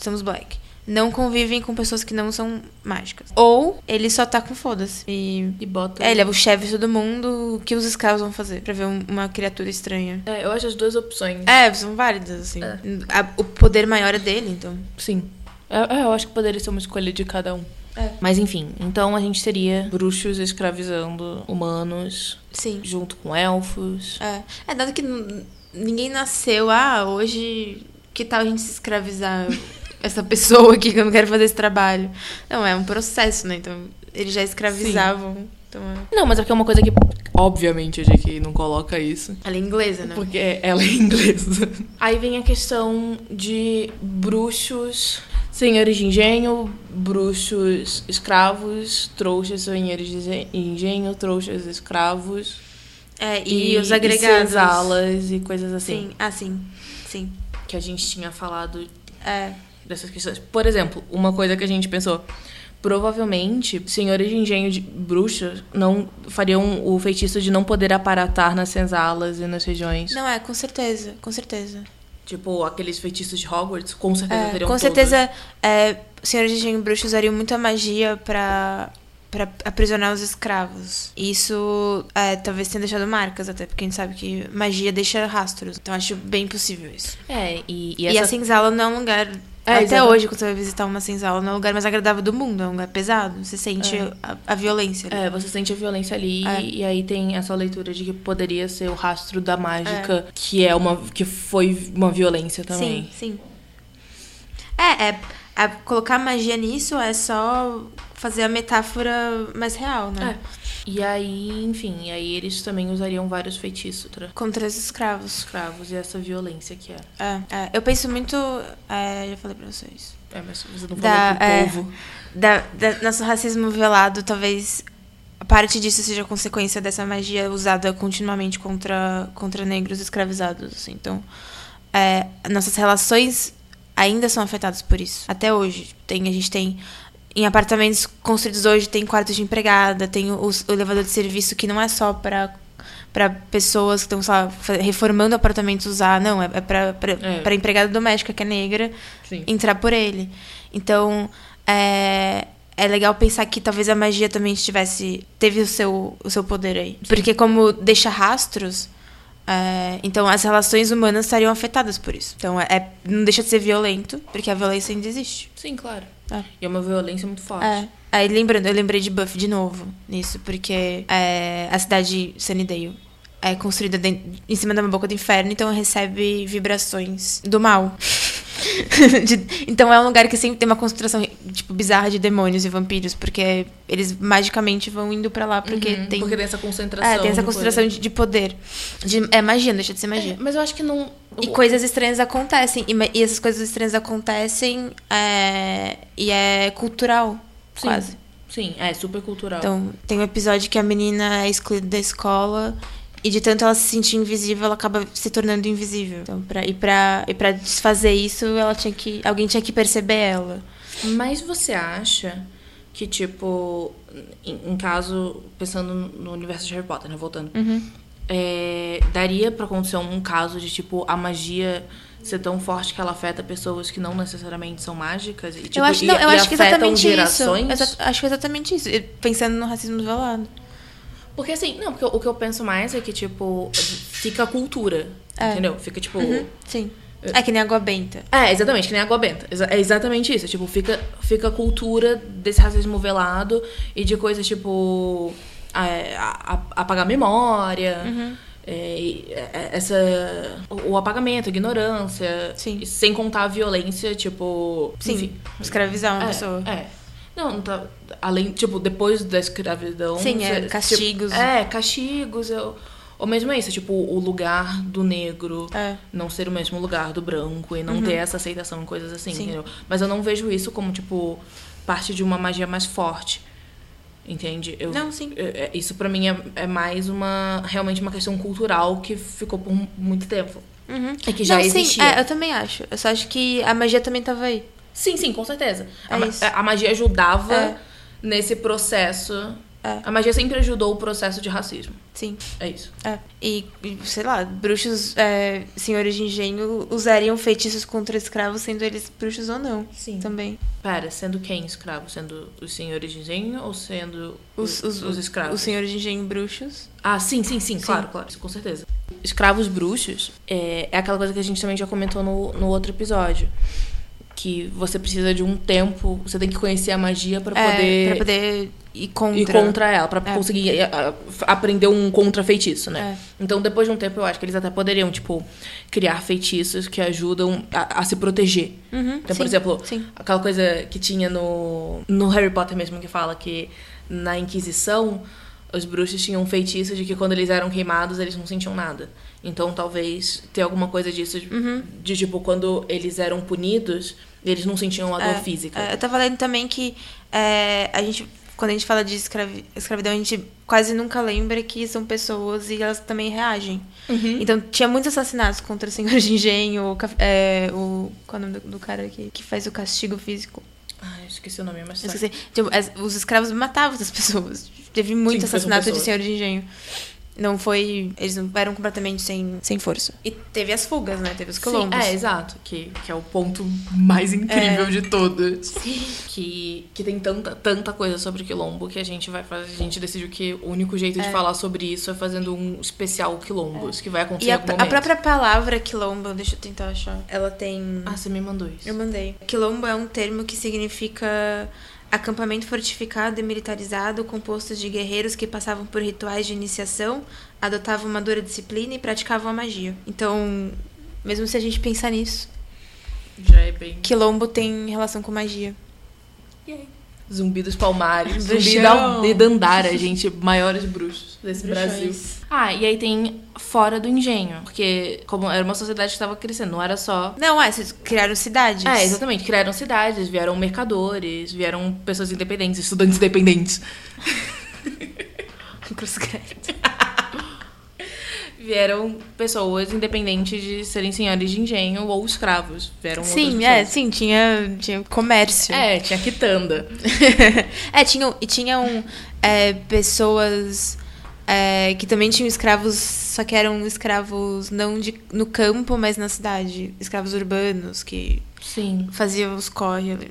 Speaker 3: somos black. Não convivem com pessoas que não são mágicas. Ou ele só tá com foda-se. E
Speaker 2: E bota.
Speaker 3: é, ele é o chefe de todo mundo. O que os escravos vão fazer pra ver um- uma criatura estranha?
Speaker 2: É, eu acho as duas opções.
Speaker 3: É, são válidas, assim.
Speaker 2: É.
Speaker 3: A- o poder maior é dele, então.
Speaker 2: Sim. É, é, eu acho que poderia ser uma escolha de cada um.
Speaker 3: É.
Speaker 2: Mas enfim, então a gente teria bruxos escravizando humanos
Speaker 3: Sim.
Speaker 2: junto com elfos.
Speaker 3: É, é dado que n- ninguém nasceu, ah, hoje que tal a gente se escravizar essa pessoa aqui que eu não quero fazer esse trabalho? Não, é um processo, né? Então, eles já escravizavam. Então, é...
Speaker 2: Não, mas é porque é uma coisa que, obviamente, a JK não coloca isso.
Speaker 3: Ela é inglesa, né?
Speaker 2: Porque ela é inglesa. Aí vem a questão de bruxos, senhores de engenho, bruxos escravos, trouxas, senhores de zen- engenho, trouxas, escravos.
Speaker 3: É, e, os agregados.
Speaker 2: senzalas e coisas assim.
Speaker 3: Sim, ah, sim. Sim.
Speaker 2: Que a gente tinha falado
Speaker 3: É.
Speaker 2: dessas questões. Por exemplo, uma coisa que a gente pensou. Provavelmente, senhores de engenho de bruxas não fariam o feitiço de não poder aparatar nas senzalas e nas regiões.
Speaker 3: Não, é, com certeza, com certeza.
Speaker 2: Tipo, aqueles feitiços de Hogwarts, com certeza
Speaker 3: É,
Speaker 2: teriam
Speaker 3: com
Speaker 2: todos.
Speaker 3: certeza, é, senhores de engenho bruxo usariam muita magia pra, pra aprisionar os escravos. E Isso é, talvez tenha deixado marcas até, porque a gente sabe que magia deixa rastros. Então acho bem possível isso.
Speaker 2: É, e,
Speaker 3: E,
Speaker 2: e essa...
Speaker 3: a senzala não é um lugar.
Speaker 2: É,
Speaker 3: até
Speaker 2: exato.
Speaker 3: hoje, quando você vai visitar uma senzala, não é o lugar mais agradável do mundo, é um lugar pesado. Você sente
Speaker 2: É.
Speaker 3: a, a violência. ali.
Speaker 2: É, você sente a violência ali
Speaker 3: É.
Speaker 2: e aí tem essa leitura de que poderia ser o rastro da mágica, que é uma que foi uma violência também.
Speaker 3: Sim, sim. É, é, é, colocar magia nisso é só fazer a metáfora mais real, né?
Speaker 2: E aí, enfim, e aí eles também usariam vários feitiços contra
Speaker 3: Contra os escravos.
Speaker 2: escravos e essa violência que é.
Speaker 3: É, é, eu penso muito. É, já falei pra vocês.
Speaker 2: É, mas você não falou
Speaker 3: Da,
Speaker 2: pro
Speaker 3: é,
Speaker 2: povo.
Speaker 3: da, da- nosso racismo velado, talvez parte disso seja consequência dessa magia usada continuamente contra, contra negros escravizados. assim. Então, é, nossas relações ainda são afetadas por isso. Até hoje. Tem, a gente tem Em apartamentos construídos hoje tem quartos de empregada, tem o, o elevador de serviço que não é só para para pessoas que estão sei lá, fa- reformando apartamentos usar, não, é, é para
Speaker 2: É.
Speaker 3: para empregada doméstica que é negra
Speaker 2: Sim.
Speaker 3: entrar por ele. Então, é, é legal pensar que talvez a magia também estivesse teve o seu o seu poder aí, porque como deixa rastros, é, então as relações humanas estariam afetadas por isso. Então, é, é- não deixa de ser violento, porque a violência ainda existe.
Speaker 2: Sim, claro.
Speaker 3: É.
Speaker 2: E é uma violência muito forte.
Speaker 3: É. Aí lembrando, eu lembrei de Buffy de novo nisso, porque é, a cidade de Sunnydale é construída den- em cima da boca do inferno, então recebe vibrações do mal. De- então é um lugar que sempre tem uma concentração tipo bizarra de demônios e vampiros, porque eles magicamente vão indo pra lá porque
Speaker 2: Uhum,
Speaker 3: tem
Speaker 2: Porque tem essa concentração.
Speaker 3: é, tem essa
Speaker 2: de
Speaker 3: concentração
Speaker 2: coisa.
Speaker 3: de, de poder. De- é magia, não deixa de ser magia.
Speaker 2: É, mas eu acho que não.
Speaker 3: E
Speaker 2: o-
Speaker 3: coisas estranhas acontecem. E, ma- e essas coisas estranhas acontecem é, e é cultural,
Speaker 2: Sim.
Speaker 3: quase.
Speaker 2: Sim, é super cultural.
Speaker 3: Então, tem um episódio que a menina é excluída da escola e de tanto ela se sentir invisível, ela acaba se tornando invisível. Então, pra, e, pra, e pra desfazer isso, ela tinha que. Alguém tinha que perceber ela.
Speaker 2: Mas você acha que, tipo, em, em caso, pensando no no universo de Harry Potter, né? Voltando.
Speaker 3: Uhum.
Speaker 2: É, daria pra acontecer um caso de, tipo, a magia ser tão forte que ela afeta pessoas que não necessariamente são mágicas? E, tipo,
Speaker 3: eu acho,
Speaker 2: e,
Speaker 3: não, eu
Speaker 2: e
Speaker 3: acho que
Speaker 2: afetam
Speaker 3: exatamente
Speaker 2: gerações?
Speaker 3: isso. Exa- acho que exatamente isso. E Pensando no racismo velado.
Speaker 2: Porque assim, não, porque o que eu penso mais é que, tipo, fica a cultura.
Speaker 3: É.
Speaker 2: Entendeu? Fica, tipo.
Speaker 3: Sim. É que nem água benta.
Speaker 2: É, exatamente, que nem água benta. Exa- É exatamente isso. Tipo, fica, fica a cultura desse racismo velado e de coisas tipo. a- a- a- apagar a memória.
Speaker 3: Uhum.
Speaker 2: é, e- é- essa o o apagamento, a ignorância,
Speaker 3: Sim.
Speaker 2: e sem contar a violência, tipo,
Speaker 3: Sim.
Speaker 2: enfim.
Speaker 3: Escravizar uma
Speaker 2: é,
Speaker 3: pessoa.
Speaker 2: é. Não, não tá. Além, tipo, depois da escravidão.
Speaker 3: Sim, é,
Speaker 2: tipo,
Speaker 3: castigos.
Speaker 2: é, castigos. Eu, ou mesmo é isso, tipo, o lugar do negro
Speaker 3: É. Uhum.
Speaker 2: não ser o mesmo lugar do branco e não ter essa aceitação em coisas assim,
Speaker 3: Sim.
Speaker 2: entendeu? Mas eu não vejo isso como, tipo, parte de uma magia mais forte. Entende? Eu,
Speaker 3: Não, sim.
Speaker 2: é- é- isso pra mim é, é mais uma. Realmente uma questão cultural que ficou por muito tempo. E que já
Speaker 3: não, sim,
Speaker 2: existia.
Speaker 3: é, eu também acho. Eu só acho que a magia também tava aí.
Speaker 2: Sim, sim, com certeza.
Speaker 3: É
Speaker 2: a, ma-
Speaker 3: isso.
Speaker 2: a magia ajudava
Speaker 3: É.
Speaker 2: nesse processo.
Speaker 3: É.
Speaker 2: A magia sempre ajudou o processo de racismo.
Speaker 3: Sim.
Speaker 2: É isso.
Speaker 3: É. E, e, sei lá, bruxos, é, senhores de engenho, usariam feitiços contra escravos, sendo eles bruxos ou não.
Speaker 2: Sim.
Speaker 3: Também.
Speaker 2: Pera, sendo quem escravo? Sendo os senhores de engenho ou sendo
Speaker 3: Os, os,
Speaker 2: escravos?
Speaker 3: Os senhores de engenho bruxos.
Speaker 2: Ah, sim, sim, sim,
Speaker 3: Sim.
Speaker 2: claro, claro, isso com certeza. Escravos bruxos é, é aquela coisa que a gente também já comentou no, no outro episódio. Que você precisa de um tempo, você tem que conhecer a magia pra
Speaker 3: É,
Speaker 2: poder,
Speaker 3: pra poder ir contra.
Speaker 2: ir contra ela, pra
Speaker 3: É.
Speaker 2: conseguir é, a- aprender um contrafeitiço, né?
Speaker 3: É.
Speaker 2: Então, depois de um tempo, eu acho que eles até poderiam, tipo, criar feitiços que ajudam a, a se proteger.
Speaker 3: Uhum,
Speaker 2: Então,
Speaker 3: sim,
Speaker 2: por exemplo,
Speaker 3: sim.
Speaker 2: aquela coisa que tinha no, no Harry Potter mesmo, que fala que na Inquisição os bruxos tinham um feitiço de que quando eles eram queimados eles não sentiam nada. Então talvez ter alguma coisa disso, de-
Speaker 3: Uhum.
Speaker 2: de tipo, quando eles eram punidos, eles não sentiam a dor
Speaker 3: É,
Speaker 2: física.
Speaker 3: é, eu tava lendo também que é, a gente, quando a gente fala de escravi- escravidão, a gente quase nunca lembra que são pessoas e elas também reagem.
Speaker 2: Uhum.
Speaker 3: Então tinha muitos assassinatos contra o senhor de engenho, o, caf- é, o- qual é o nome do, do cara que, que faz o castigo físico?
Speaker 2: Ai, esqueci o nome, mas.
Speaker 3: Eu esqueci. Tipo, as- os escravos matavam as pessoas. Teve muito
Speaker 2: Sim,
Speaker 3: assassinato
Speaker 2: pessoas.
Speaker 3: de senhor de engenho. Não foi. Eles não eram completamente sem, sem força. E teve as fugas, né? Teve os
Speaker 2: Sim,
Speaker 3: colombos.
Speaker 2: é, exato. Que, que é o ponto mais incrível de todos. É. Que, que tem tanta, tanta coisa sobre quilombo que a gente vai fazer. A gente decidiu que o único jeito de falar sobre isso é fazendo um especial quilombos, que vai acontecer
Speaker 3: E a,
Speaker 2: em algum
Speaker 3: a
Speaker 2: momento.
Speaker 3: própria palavra quilombo, deixa eu tentar achar. Ela tem.
Speaker 2: Ah, você me mandou isso.
Speaker 3: Eu mandei. Quilombo é um termo que significa acampamento fortificado e militarizado, composto de guerreiros que passavam por rituais de iniciação, adotavam uma dura disciplina e praticavam a magia. Então, mesmo se a gente pensar nisso,
Speaker 2: Já é bem.
Speaker 3: quilombo tem relação com magia.
Speaker 2: Zumbi dos Palmares,
Speaker 3: Do
Speaker 2: Zumbi
Speaker 3: chão.
Speaker 2: da, de Dandara, gente, maiores bruxos desse
Speaker 3: Bruxões.
Speaker 2: Brasil. Ah, e aí tem Fora do Engenho, porque como era uma sociedade que estava crescendo, não era só
Speaker 3: Não, é, vocês criaram cidades.
Speaker 2: É, exatamente. Criaram cidades, vieram mercadores, vieram pessoas independentes, estudantes independentes.
Speaker 3: Cruz credo.
Speaker 2: vieram pessoas independentes de serem senhores de engenho ou escravos. Vieram outras
Speaker 1: Sim, é,
Speaker 2: pessoas.
Speaker 1: sim, tinha, tinha comércio.
Speaker 2: É, tinha quitanda.
Speaker 3: É, tinham, e tinham é, pessoas é, que também tinham escravos, só que eram escravos não de, no campo, mas na cidade. Escravos urbanos que
Speaker 2: Sim.
Speaker 3: faziam os corre ali.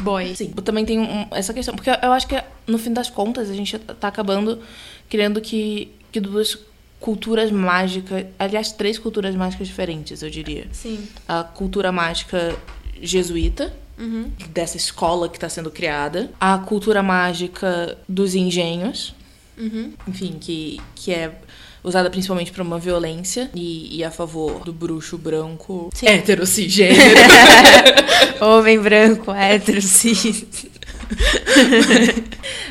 Speaker 3: Boy.
Speaker 2: Sim, eu também tenho um- essa questão, porque eu acho que no fim das contas a gente tá acabando criando que, que duas culturas mágicas, aliás, três culturas mágicas diferentes, eu diria.
Speaker 3: Sim.
Speaker 2: A cultura mágica jesuíta,
Speaker 3: Uhum.
Speaker 2: dessa escola que está sendo criada, a cultura mágica dos engenhos, enfim, que, que é usada principalmente para uma violência e, e a favor do bruxo branco
Speaker 3: Sim.
Speaker 2: hétero cisgênero.
Speaker 3: Homem branco, hétero, cis.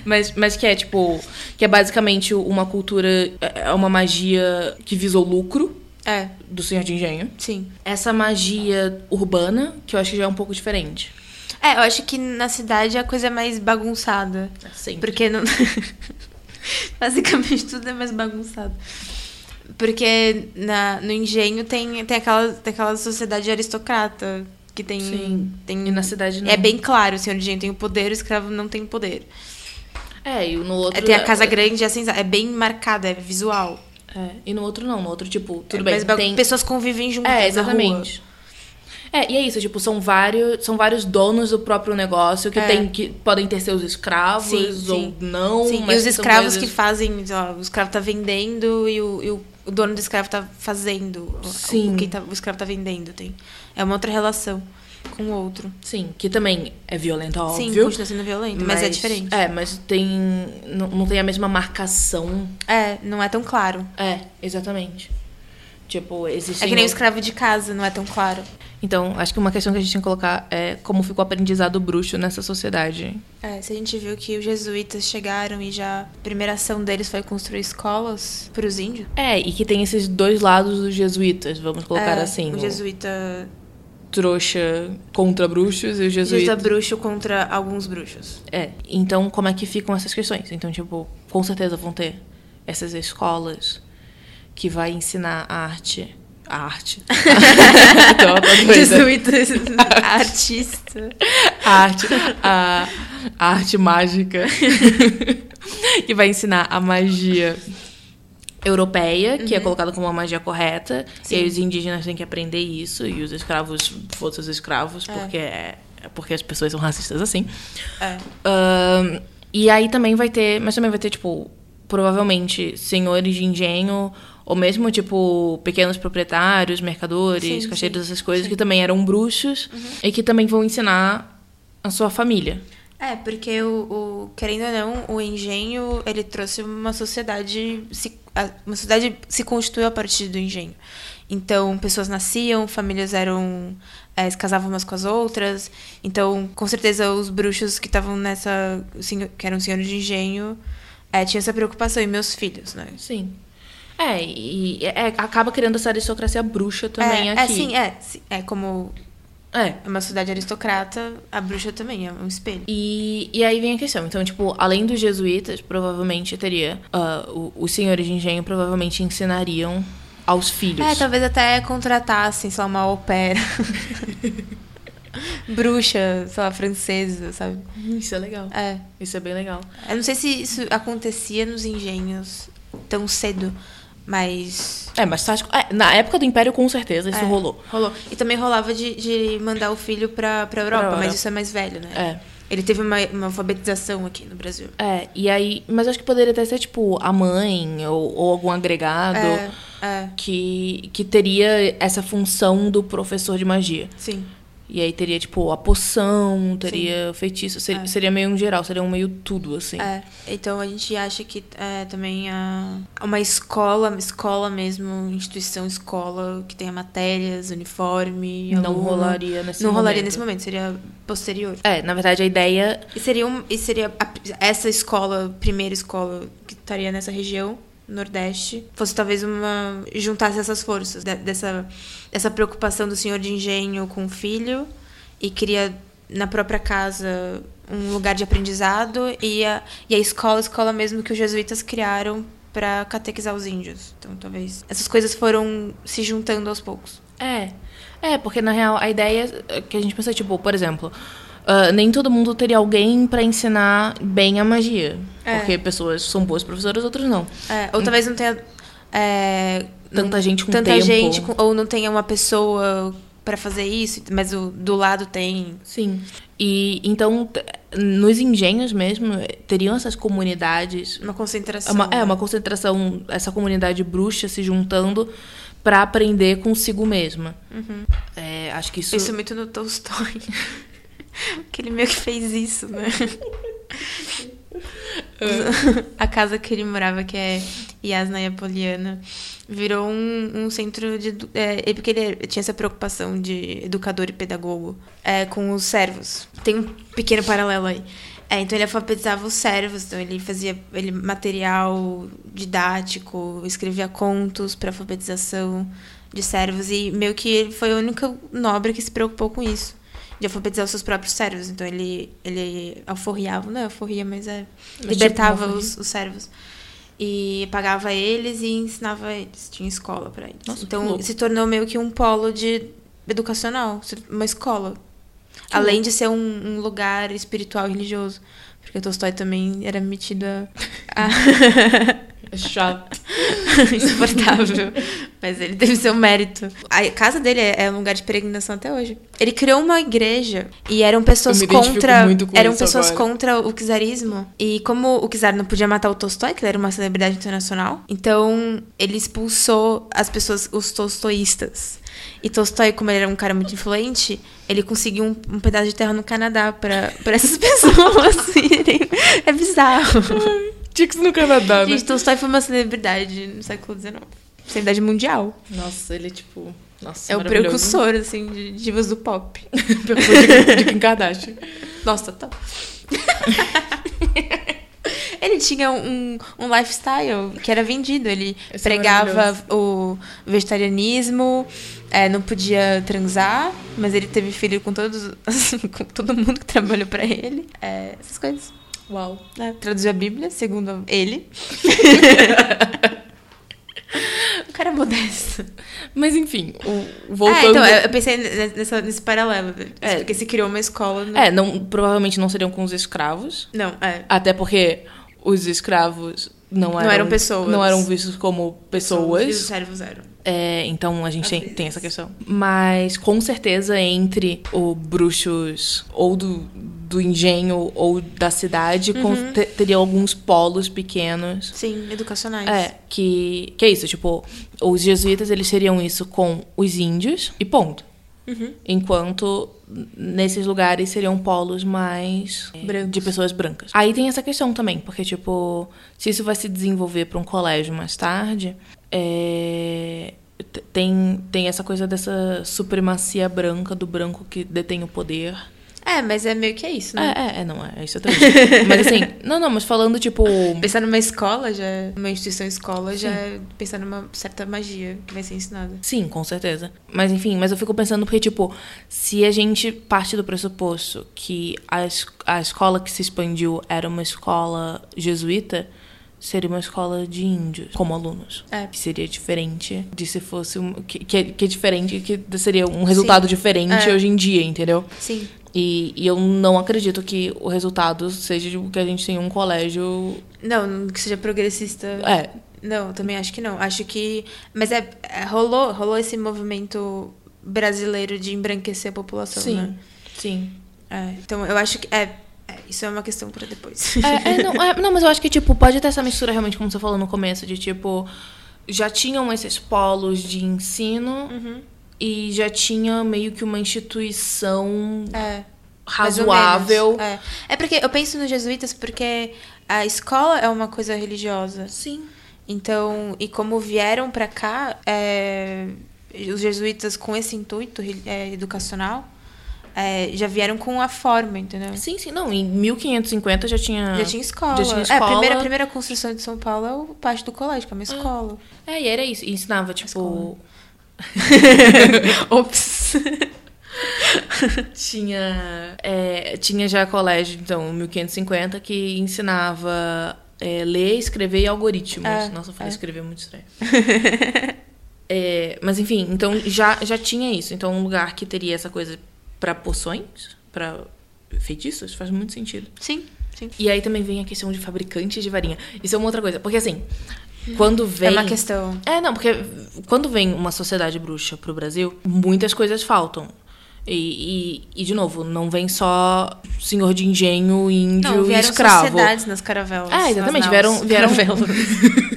Speaker 2: Mas, mas que é, tipo, que é basicamente uma cultura, é uma magia que visou lucro
Speaker 3: É,
Speaker 2: do senhor de engenho.
Speaker 3: sim.
Speaker 2: Essa magia urbana, que eu acho que já é um pouco diferente.
Speaker 3: É, eu acho que na cidade a coisa é mais bagunçada.
Speaker 2: Assim.
Speaker 3: Porque não. Basicamente tudo é mais bagunçado. Porque na, no engenho tem, tem, aquela, tem aquela sociedade aristocrata que tem.
Speaker 2: Sim.
Speaker 3: tem
Speaker 2: E na cidade não.
Speaker 3: É bem claro, o senhor de engenho tem o poder, o escravo não tem o poder.
Speaker 2: É, e no outro...
Speaker 3: É, tem a casa grande, é, assim, é bem marcada, é visual.
Speaker 2: É, e no outro não, no outro, tipo, tudo
Speaker 3: é,
Speaker 2: bem,
Speaker 3: mas bagun-
Speaker 2: tem...
Speaker 3: pessoas convivem juntas.
Speaker 2: É,
Speaker 3: Na rua.
Speaker 2: exatamente. É, e é isso, tipo, são vários, são vários donos do próprio negócio que,
Speaker 3: É.
Speaker 2: tem, que podem ter seus escravos
Speaker 3: Sim,
Speaker 2: ou
Speaker 3: sim.
Speaker 2: não.
Speaker 3: Sim, e os
Speaker 2: mas que são
Speaker 3: escravos
Speaker 2: coisas-
Speaker 3: que fazem, sei lá, o escravo tá vendendo e o, e o- o dono do escravo tá fazendo. o-
Speaker 2: Sim.
Speaker 3: O, que tá- o escravo tá vendendo. Tem. É uma outra relação com o outro.
Speaker 2: Sim, que também é violento, óbvio.
Speaker 3: Sim, continua sendo violento, mas, é diferente.
Speaker 2: É, mas tem. Não, não tem a mesma marcação.
Speaker 3: É, não é tão claro.
Speaker 2: É, exatamente. Tipo, existe.
Speaker 3: É que nem o escravo de casa, não é tão claro.
Speaker 2: Então, acho que uma questão que a gente tem que colocar é como ficou o aprendizado bruxo nessa sociedade.
Speaker 3: É, se a gente viu que os jesuítas chegaram e já a primeira ação deles foi construir escolas para os índios.
Speaker 2: É, e que tem esses dois lados dos jesuítas, vamos colocar
Speaker 3: É,
Speaker 2: assim.
Speaker 3: O
Speaker 2: O
Speaker 3: jesuíta,
Speaker 2: trouxa contra bruxos e o
Speaker 3: jesuíta
Speaker 2: jesuíta.
Speaker 3: bruxo contra alguns bruxos.
Speaker 2: É. Então, como é que ficam essas questões? Então, tipo, com certeza vão ter essas escolas que vai ensinar a arte. A arte. então, outra coisa.
Speaker 3: Jesuítas, artista.
Speaker 2: a arte, a, a arte mágica que vai ensinar a magia europeia, que é colocada como uma magia correta, e aí os indígenas têm que aprender isso e os escravos, outros escravos, porque é- porque as pessoas são racistas assim.
Speaker 3: É.
Speaker 2: Ahn, e aí também vai ter, mas também vai ter, tipo, provavelmente senhores de engenho, ou mesmo, tipo, pequenos proprietários, mercadores,
Speaker 3: Sim, Uhum.
Speaker 2: caixeiros, essas coisas, que também eram bruxos e que também vão ensinar a sua família.
Speaker 3: É, porque o, o- querendo ou não, o engenho, ele trouxe uma sociedade, se- a- uma sociedade se constituiu a partir do engenho. Então, pessoas nasciam, famílias eram, eh, se casavam umas com as outras. Então, com certeza, os bruxos que estavam nessa, senho- que eram senhores de engenho, eh, tinham essa preocupação. E meus filhos, né?
Speaker 2: Sim. É, e é- é- acaba criando essa aristocracia bruxa também
Speaker 3: é,
Speaker 2: aqui.
Speaker 3: É, sim, é, sim, é como
Speaker 2: É.
Speaker 3: é uma sociedade aristocrata, a bruxa também é um espelho.
Speaker 2: E, e aí vem a questão. Então, tipo, além dos jesuítas, provavelmente teria. ah, o- os senhores de engenho provavelmente ensinariam aos filhos.
Speaker 3: É, talvez até contratassem, sei lá, uma opera. Bruxa, sei lá, francesa, sabe?
Speaker 2: Isso é legal.
Speaker 3: É.
Speaker 2: Isso é bem legal.
Speaker 3: Eu não sei se isso acontecia nos engenhos tão cedo, mas.
Speaker 2: É, mas tá, é, na época do Império, com certeza, isso
Speaker 3: é,
Speaker 2: rolou.
Speaker 3: Rolou. E também rolava de, de mandar o filho pra, pra Europa,
Speaker 2: Europa.
Speaker 3: mas isso é mais velho, né?
Speaker 2: É.
Speaker 3: Ele teve uma, uma alfabetização aqui no Brasil.
Speaker 2: É, e aí. Mas acho que poderia até ser, tipo, a mãe ou, ou algum agregado
Speaker 3: É, é,
Speaker 2: que, que teria essa função do professor de magia.
Speaker 3: sim.
Speaker 2: E aí teria, tipo, a poção, teria o feitiço. ser- Seria meio um geral, seria um meio tudo, assim.
Speaker 3: É, então a gente acha que é, também a, uma escola, uma escola mesmo, instituição escola, que tenha matérias, uniforme,
Speaker 2: Não
Speaker 3: aluno,
Speaker 2: rolaria nesse
Speaker 3: Não rolaria
Speaker 2: momento.
Speaker 3: nesse momento, seria posterior.
Speaker 2: É, na verdade a ideia.
Speaker 3: E seria, um, e seria a- essa escola, primeira escola que estaria nessa região, Nordeste, fosse talvez uma. juntasse essas forças, de- dessa, dessa preocupação do senhor de engenho com o filho e cria na própria casa um lugar de aprendizado e a, e a escola, a escola mesmo que os jesuítas criaram para catequizar os índios. Então, talvez essas coisas foram se juntando aos poucos.
Speaker 2: É. É, porque na real a ideia é que a gente pensa, tipo, por exemplo, ah, nem todo mundo teria alguém pra ensinar bem a magia.
Speaker 3: É.
Speaker 2: Porque pessoas são boas professoras, outras não.
Speaker 3: É, ou talvez não tenha é,
Speaker 2: Tanta gente com
Speaker 3: tanta
Speaker 2: tempo.
Speaker 3: gente, com- ou não tenha uma pessoa para fazer isso, mas o, do lado tem.
Speaker 2: Sim. E então, t- nos engenhos mesmo, teriam essas comunidades
Speaker 3: Uma
Speaker 2: É
Speaker 3: concentração.
Speaker 2: uma, é
Speaker 3: né?
Speaker 2: uma concentração, essa comunidade bruxa se juntando pra aprender consigo mesma.
Speaker 3: Uhum.
Speaker 2: É, acho que isso.
Speaker 3: Isso muito no Tolstói. que ele meio que fez isso, né? A casa que ele morava, que é Yasna Poliana, virou um, um centro de. edu- É, é porque ele tinha essa preocupação de educador e pedagogo é, com os servos. Tem um pequeno paralelo aí. É, então ele alfabetizava os servos, então ele fazia ele, material didático, escrevia contos para alfabetização de servos e meio que ele foi o único nobre que se preocupou com isso, de alfabetizar os seus próprios servos. Então ele ele alforriava, não é alforria, mas é
Speaker 2: Mas
Speaker 3: libertava
Speaker 2: tipo,
Speaker 3: os, os servos e pagava eles e ensinava eles, tinha escola para eles.
Speaker 2: Nossa, que
Speaker 3: então
Speaker 2: louco.
Speaker 3: se tornou meio que um polo de educacional, uma escola. Além de ser um, um lugar espiritual e religioso. Porque o Tolstói também era metido a. a-
Speaker 2: Chato.
Speaker 3: insuportável. Mas ele teve seu mérito. A casa dele é é um lugar de peregrinação até hoje. Ele criou uma igreja e eram pessoas
Speaker 2: Eu me identifico
Speaker 3: contra.
Speaker 2: muito com
Speaker 3: eram
Speaker 2: isso
Speaker 3: pessoas
Speaker 2: agora.
Speaker 3: contra o czarismo. E como o czar não podia matar o Tolstói, que ele era uma celebridade internacional, então ele expulsou as pessoas, os tolstoístas. E Tolstói, como ele era um cara muito influente, ele conseguiu um, um pedaço de terra no Canadá para essas pessoas irem. É bizarro.
Speaker 2: Tinha que ser no Canadá,
Speaker 3: Gente, Tolstói foi uma celebridade no século XIX. Celebridade mundial.
Speaker 2: Nossa, ele é tipo. Nossa,
Speaker 3: É o precursor, assim, de divas do pop.
Speaker 2: de, Kim Kardashian.
Speaker 3: Nossa, tá. Ele tinha um, um lifestyle que era vendido. Ele
Speaker 2: Isso é
Speaker 3: pregava o vegetarianismo, é, não podia transar, mas ele teve filho com todos, assim, com todo mundo que trabalhou pra ele. É, essas coisas.
Speaker 2: Uau.
Speaker 3: né? Traduziu a Bíblia, segundo ele. o cara é modesto.
Speaker 2: Mas enfim, o, voltando.
Speaker 3: É, então, eu eu pensei ne- nessa- nesse paralelo.
Speaker 2: É.
Speaker 3: Porque se criou uma escola. No...
Speaker 2: É, não, provavelmente não seriam com os escravos.
Speaker 3: Não, é.
Speaker 2: Até porque os escravos não eram,
Speaker 3: eram pessoas.
Speaker 2: Não eram vistos como
Speaker 3: E
Speaker 2: pessoas.
Speaker 3: os servos eram.
Speaker 2: É, então a gente tem,
Speaker 3: vezes.
Speaker 2: tem essa questão. Mas com certeza entre o bruxos ou do, do engenho ou da cidade com-
Speaker 3: Uhum.
Speaker 2: te- teria alguns polos pequenos.
Speaker 3: Sim, educacionais.
Speaker 2: É, que, que é isso, tipo, os jesuítas eles teriam isso com os índios e ponto.
Speaker 3: Uhum.
Speaker 2: Enquanto n- nesses lugares seriam polos mais é,
Speaker 3: Brancos.
Speaker 2: de pessoas brancas. Aí tem essa questão também, porque, tipo, se isso vai se desenvolver para um colégio mais tarde, é, t- tem, tem essa coisa dessa supremacia branca, do branco que detém o poder.
Speaker 3: É, mas é meio que é isso, né?
Speaker 2: É, é, é, não, é, é isso é triste. mas assim, não, não, mas falando, tipo.
Speaker 3: Pensar numa escola, já é- uma instituição escola, já é pensar numa certa magia que vai ser ensinada.
Speaker 2: Sim, com certeza. Mas enfim, mas eu fico pensando porque, tipo, se a gente parte do pressuposto que a, es- a escola que se expandiu era uma escola jesuíta, seria uma escola de índios como alunos.
Speaker 3: É.
Speaker 2: Que seria diferente de se fosse um. Que, que, é, que é diferente, que seria um resultado diferente
Speaker 3: É.
Speaker 2: hoje em dia, entendeu?
Speaker 3: Sim.
Speaker 2: E, e eu não acredito que o resultado seja o que a gente tem um colégio.
Speaker 3: Não, não que seja progressista.
Speaker 2: É,
Speaker 3: Não, também acho que não. Acho que. Mas é, é- rolou, rolou esse movimento brasileiro de embranquecer a população,
Speaker 2: sim.
Speaker 3: né?
Speaker 2: Sim.
Speaker 3: É, então eu acho que. É, é, isso é uma questão pra depois.
Speaker 2: É, é, não, é, não, mas eu acho que, tipo, pode ter essa mistura realmente, como você falou no começo, de tipo, já tinham esses polos de ensino
Speaker 3: Uhum.
Speaker 2: e já tinha meio que uma instituição
Speaker 3: É, mais ou
Speaker 2: razoável.
Speaker 3: menos, É. É porque eu penso nos jesuítas porque a escola é uma coisa religiosa.
Speaker 2: Sim.
Speaker 3: Então, e como vieram pra cá, é, os jesuítas com esse intuito re- é, educacional é, já vieram com a forma, entendeu?
Speaker 2: Sim, sim. Não, em 1550 já tinha.
Speaker 3: Já tinha escola.
Speaker 2: Ah. Já tinha
Speaker 3: É, a primeira, a
Speaker 2: escola.
Speaker 3: primeira construção de São Paulo é o pátio do colégio, que é uma escola.
Speaker 2: É, e era isso. E ensinava, tipo.
Speaker 3: Ops.
Speaker 2: Tinha. é, tinha já colégio, então, em 1550, que ensinava é, ler, escrever e algoritmos.
Speaker 3: É,
Speaker 2: Nossa, eu
Speaker 3: é.
Speaker 2: falei escrever é muito estranho. É, mas enfim, então já, já tinha isso. Então um lugar que teria essa coisa pra poções, pra feitiços, faz muito sentido.
Speaker 3: Sim, sim.
Speaker 2: E aí também vem a questão de fabricante de varinha. Isso é uma outra coisa. Porque assim, quando vem.
Speaker 3: É uma questão.
Speaker 2: É, não, porque quando vem uma sociedade bruxa pro Brasil, muitas coisas faltam. E, e, e, de novo, não vem só senhor de engenho, índio
Speaker 3: Não,
Speaker 2: e
Speaker 3: vieram
Speaker 2: escravo.
Speaker 3: sociedades nas caravelas.
Speaker 2: É, exatamente,
Speaker 3: nas
Speaker 2: vieram-
Speaker 3: naus.
Speaker 2: vieram-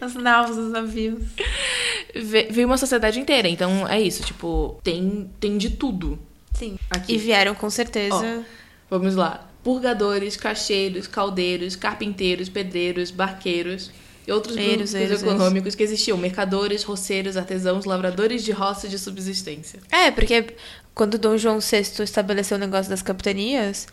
Speaker 3: nas naus, nos navios.
Speaker 2: Ve- Veio uma sociedade inteira. Então é isso, tipo, tem, tem de tudo.
Speaker 3: Sim.
Speaker 2: Aqui.
Speaker 3: E vieram com certeza.
Speaker 2: Vamos lá. Purgadores, cacheiros, caldeiros, carpinteiros, pedreiros, barqueiros e outros
Speaker 3: Eiros,
Speaker 2: grupos
Speaker 3: eiros,
Speaker 2: econômicos que existiam. Mercadores, roceiros, artesãos, lavradores de roças de subsistência.
Speaker 3: É, porque quando Dom João VI estabeleceu o negócio das capitanias,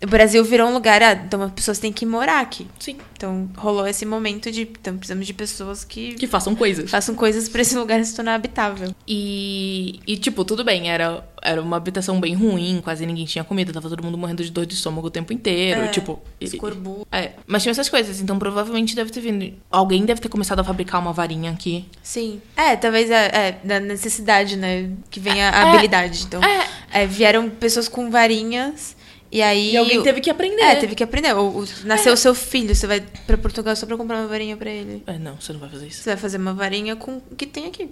Speaker 3: o Brasil virou um lugar, ah, então as pessoas têm que morar aqui.
Speaker 2: Sim.
Speaker 3: Então rolou esse momento de, então precisamos de pessoas que,
Speaker 2: Que façam coisas.
Speaker 3: façam coisas pra esse lugar se tornar habitável.
Speaker 2: E, e, tipo, tudo bem, era, era uma habitação bem ruim, quase ninguém tinha comida, tava todo mundo morrendo de dor de estômago o tempo inteiro,
Speaker 3: É,
Speaker 2: tipo... e-
Speaker 3: escorbuto.
Speaker 2: É, mas tinha essas coisas, então provavelmente deve ter vindo... Alguém deve ter começado a fabricar uma varinha aqui.
Speaker 3: Sim. É, talvez é, é, da necessidade, né, que vem a, a
Speaker 2: É,
Speaker 3: habilidade. Então, é, vieram pessoas com varinhas e aí
Speaker 2: E, alguém teve que aprender.
Speaker 3: É, teve que aprender. O- o- nasceu o seu filho, você vai pra Portugal só pra comprar uma varinha pra ele.
Speaker 2: É, não, você não vai fazer isso.
Speaker 3: Você vai fazer uma varinha com o que tem aqui.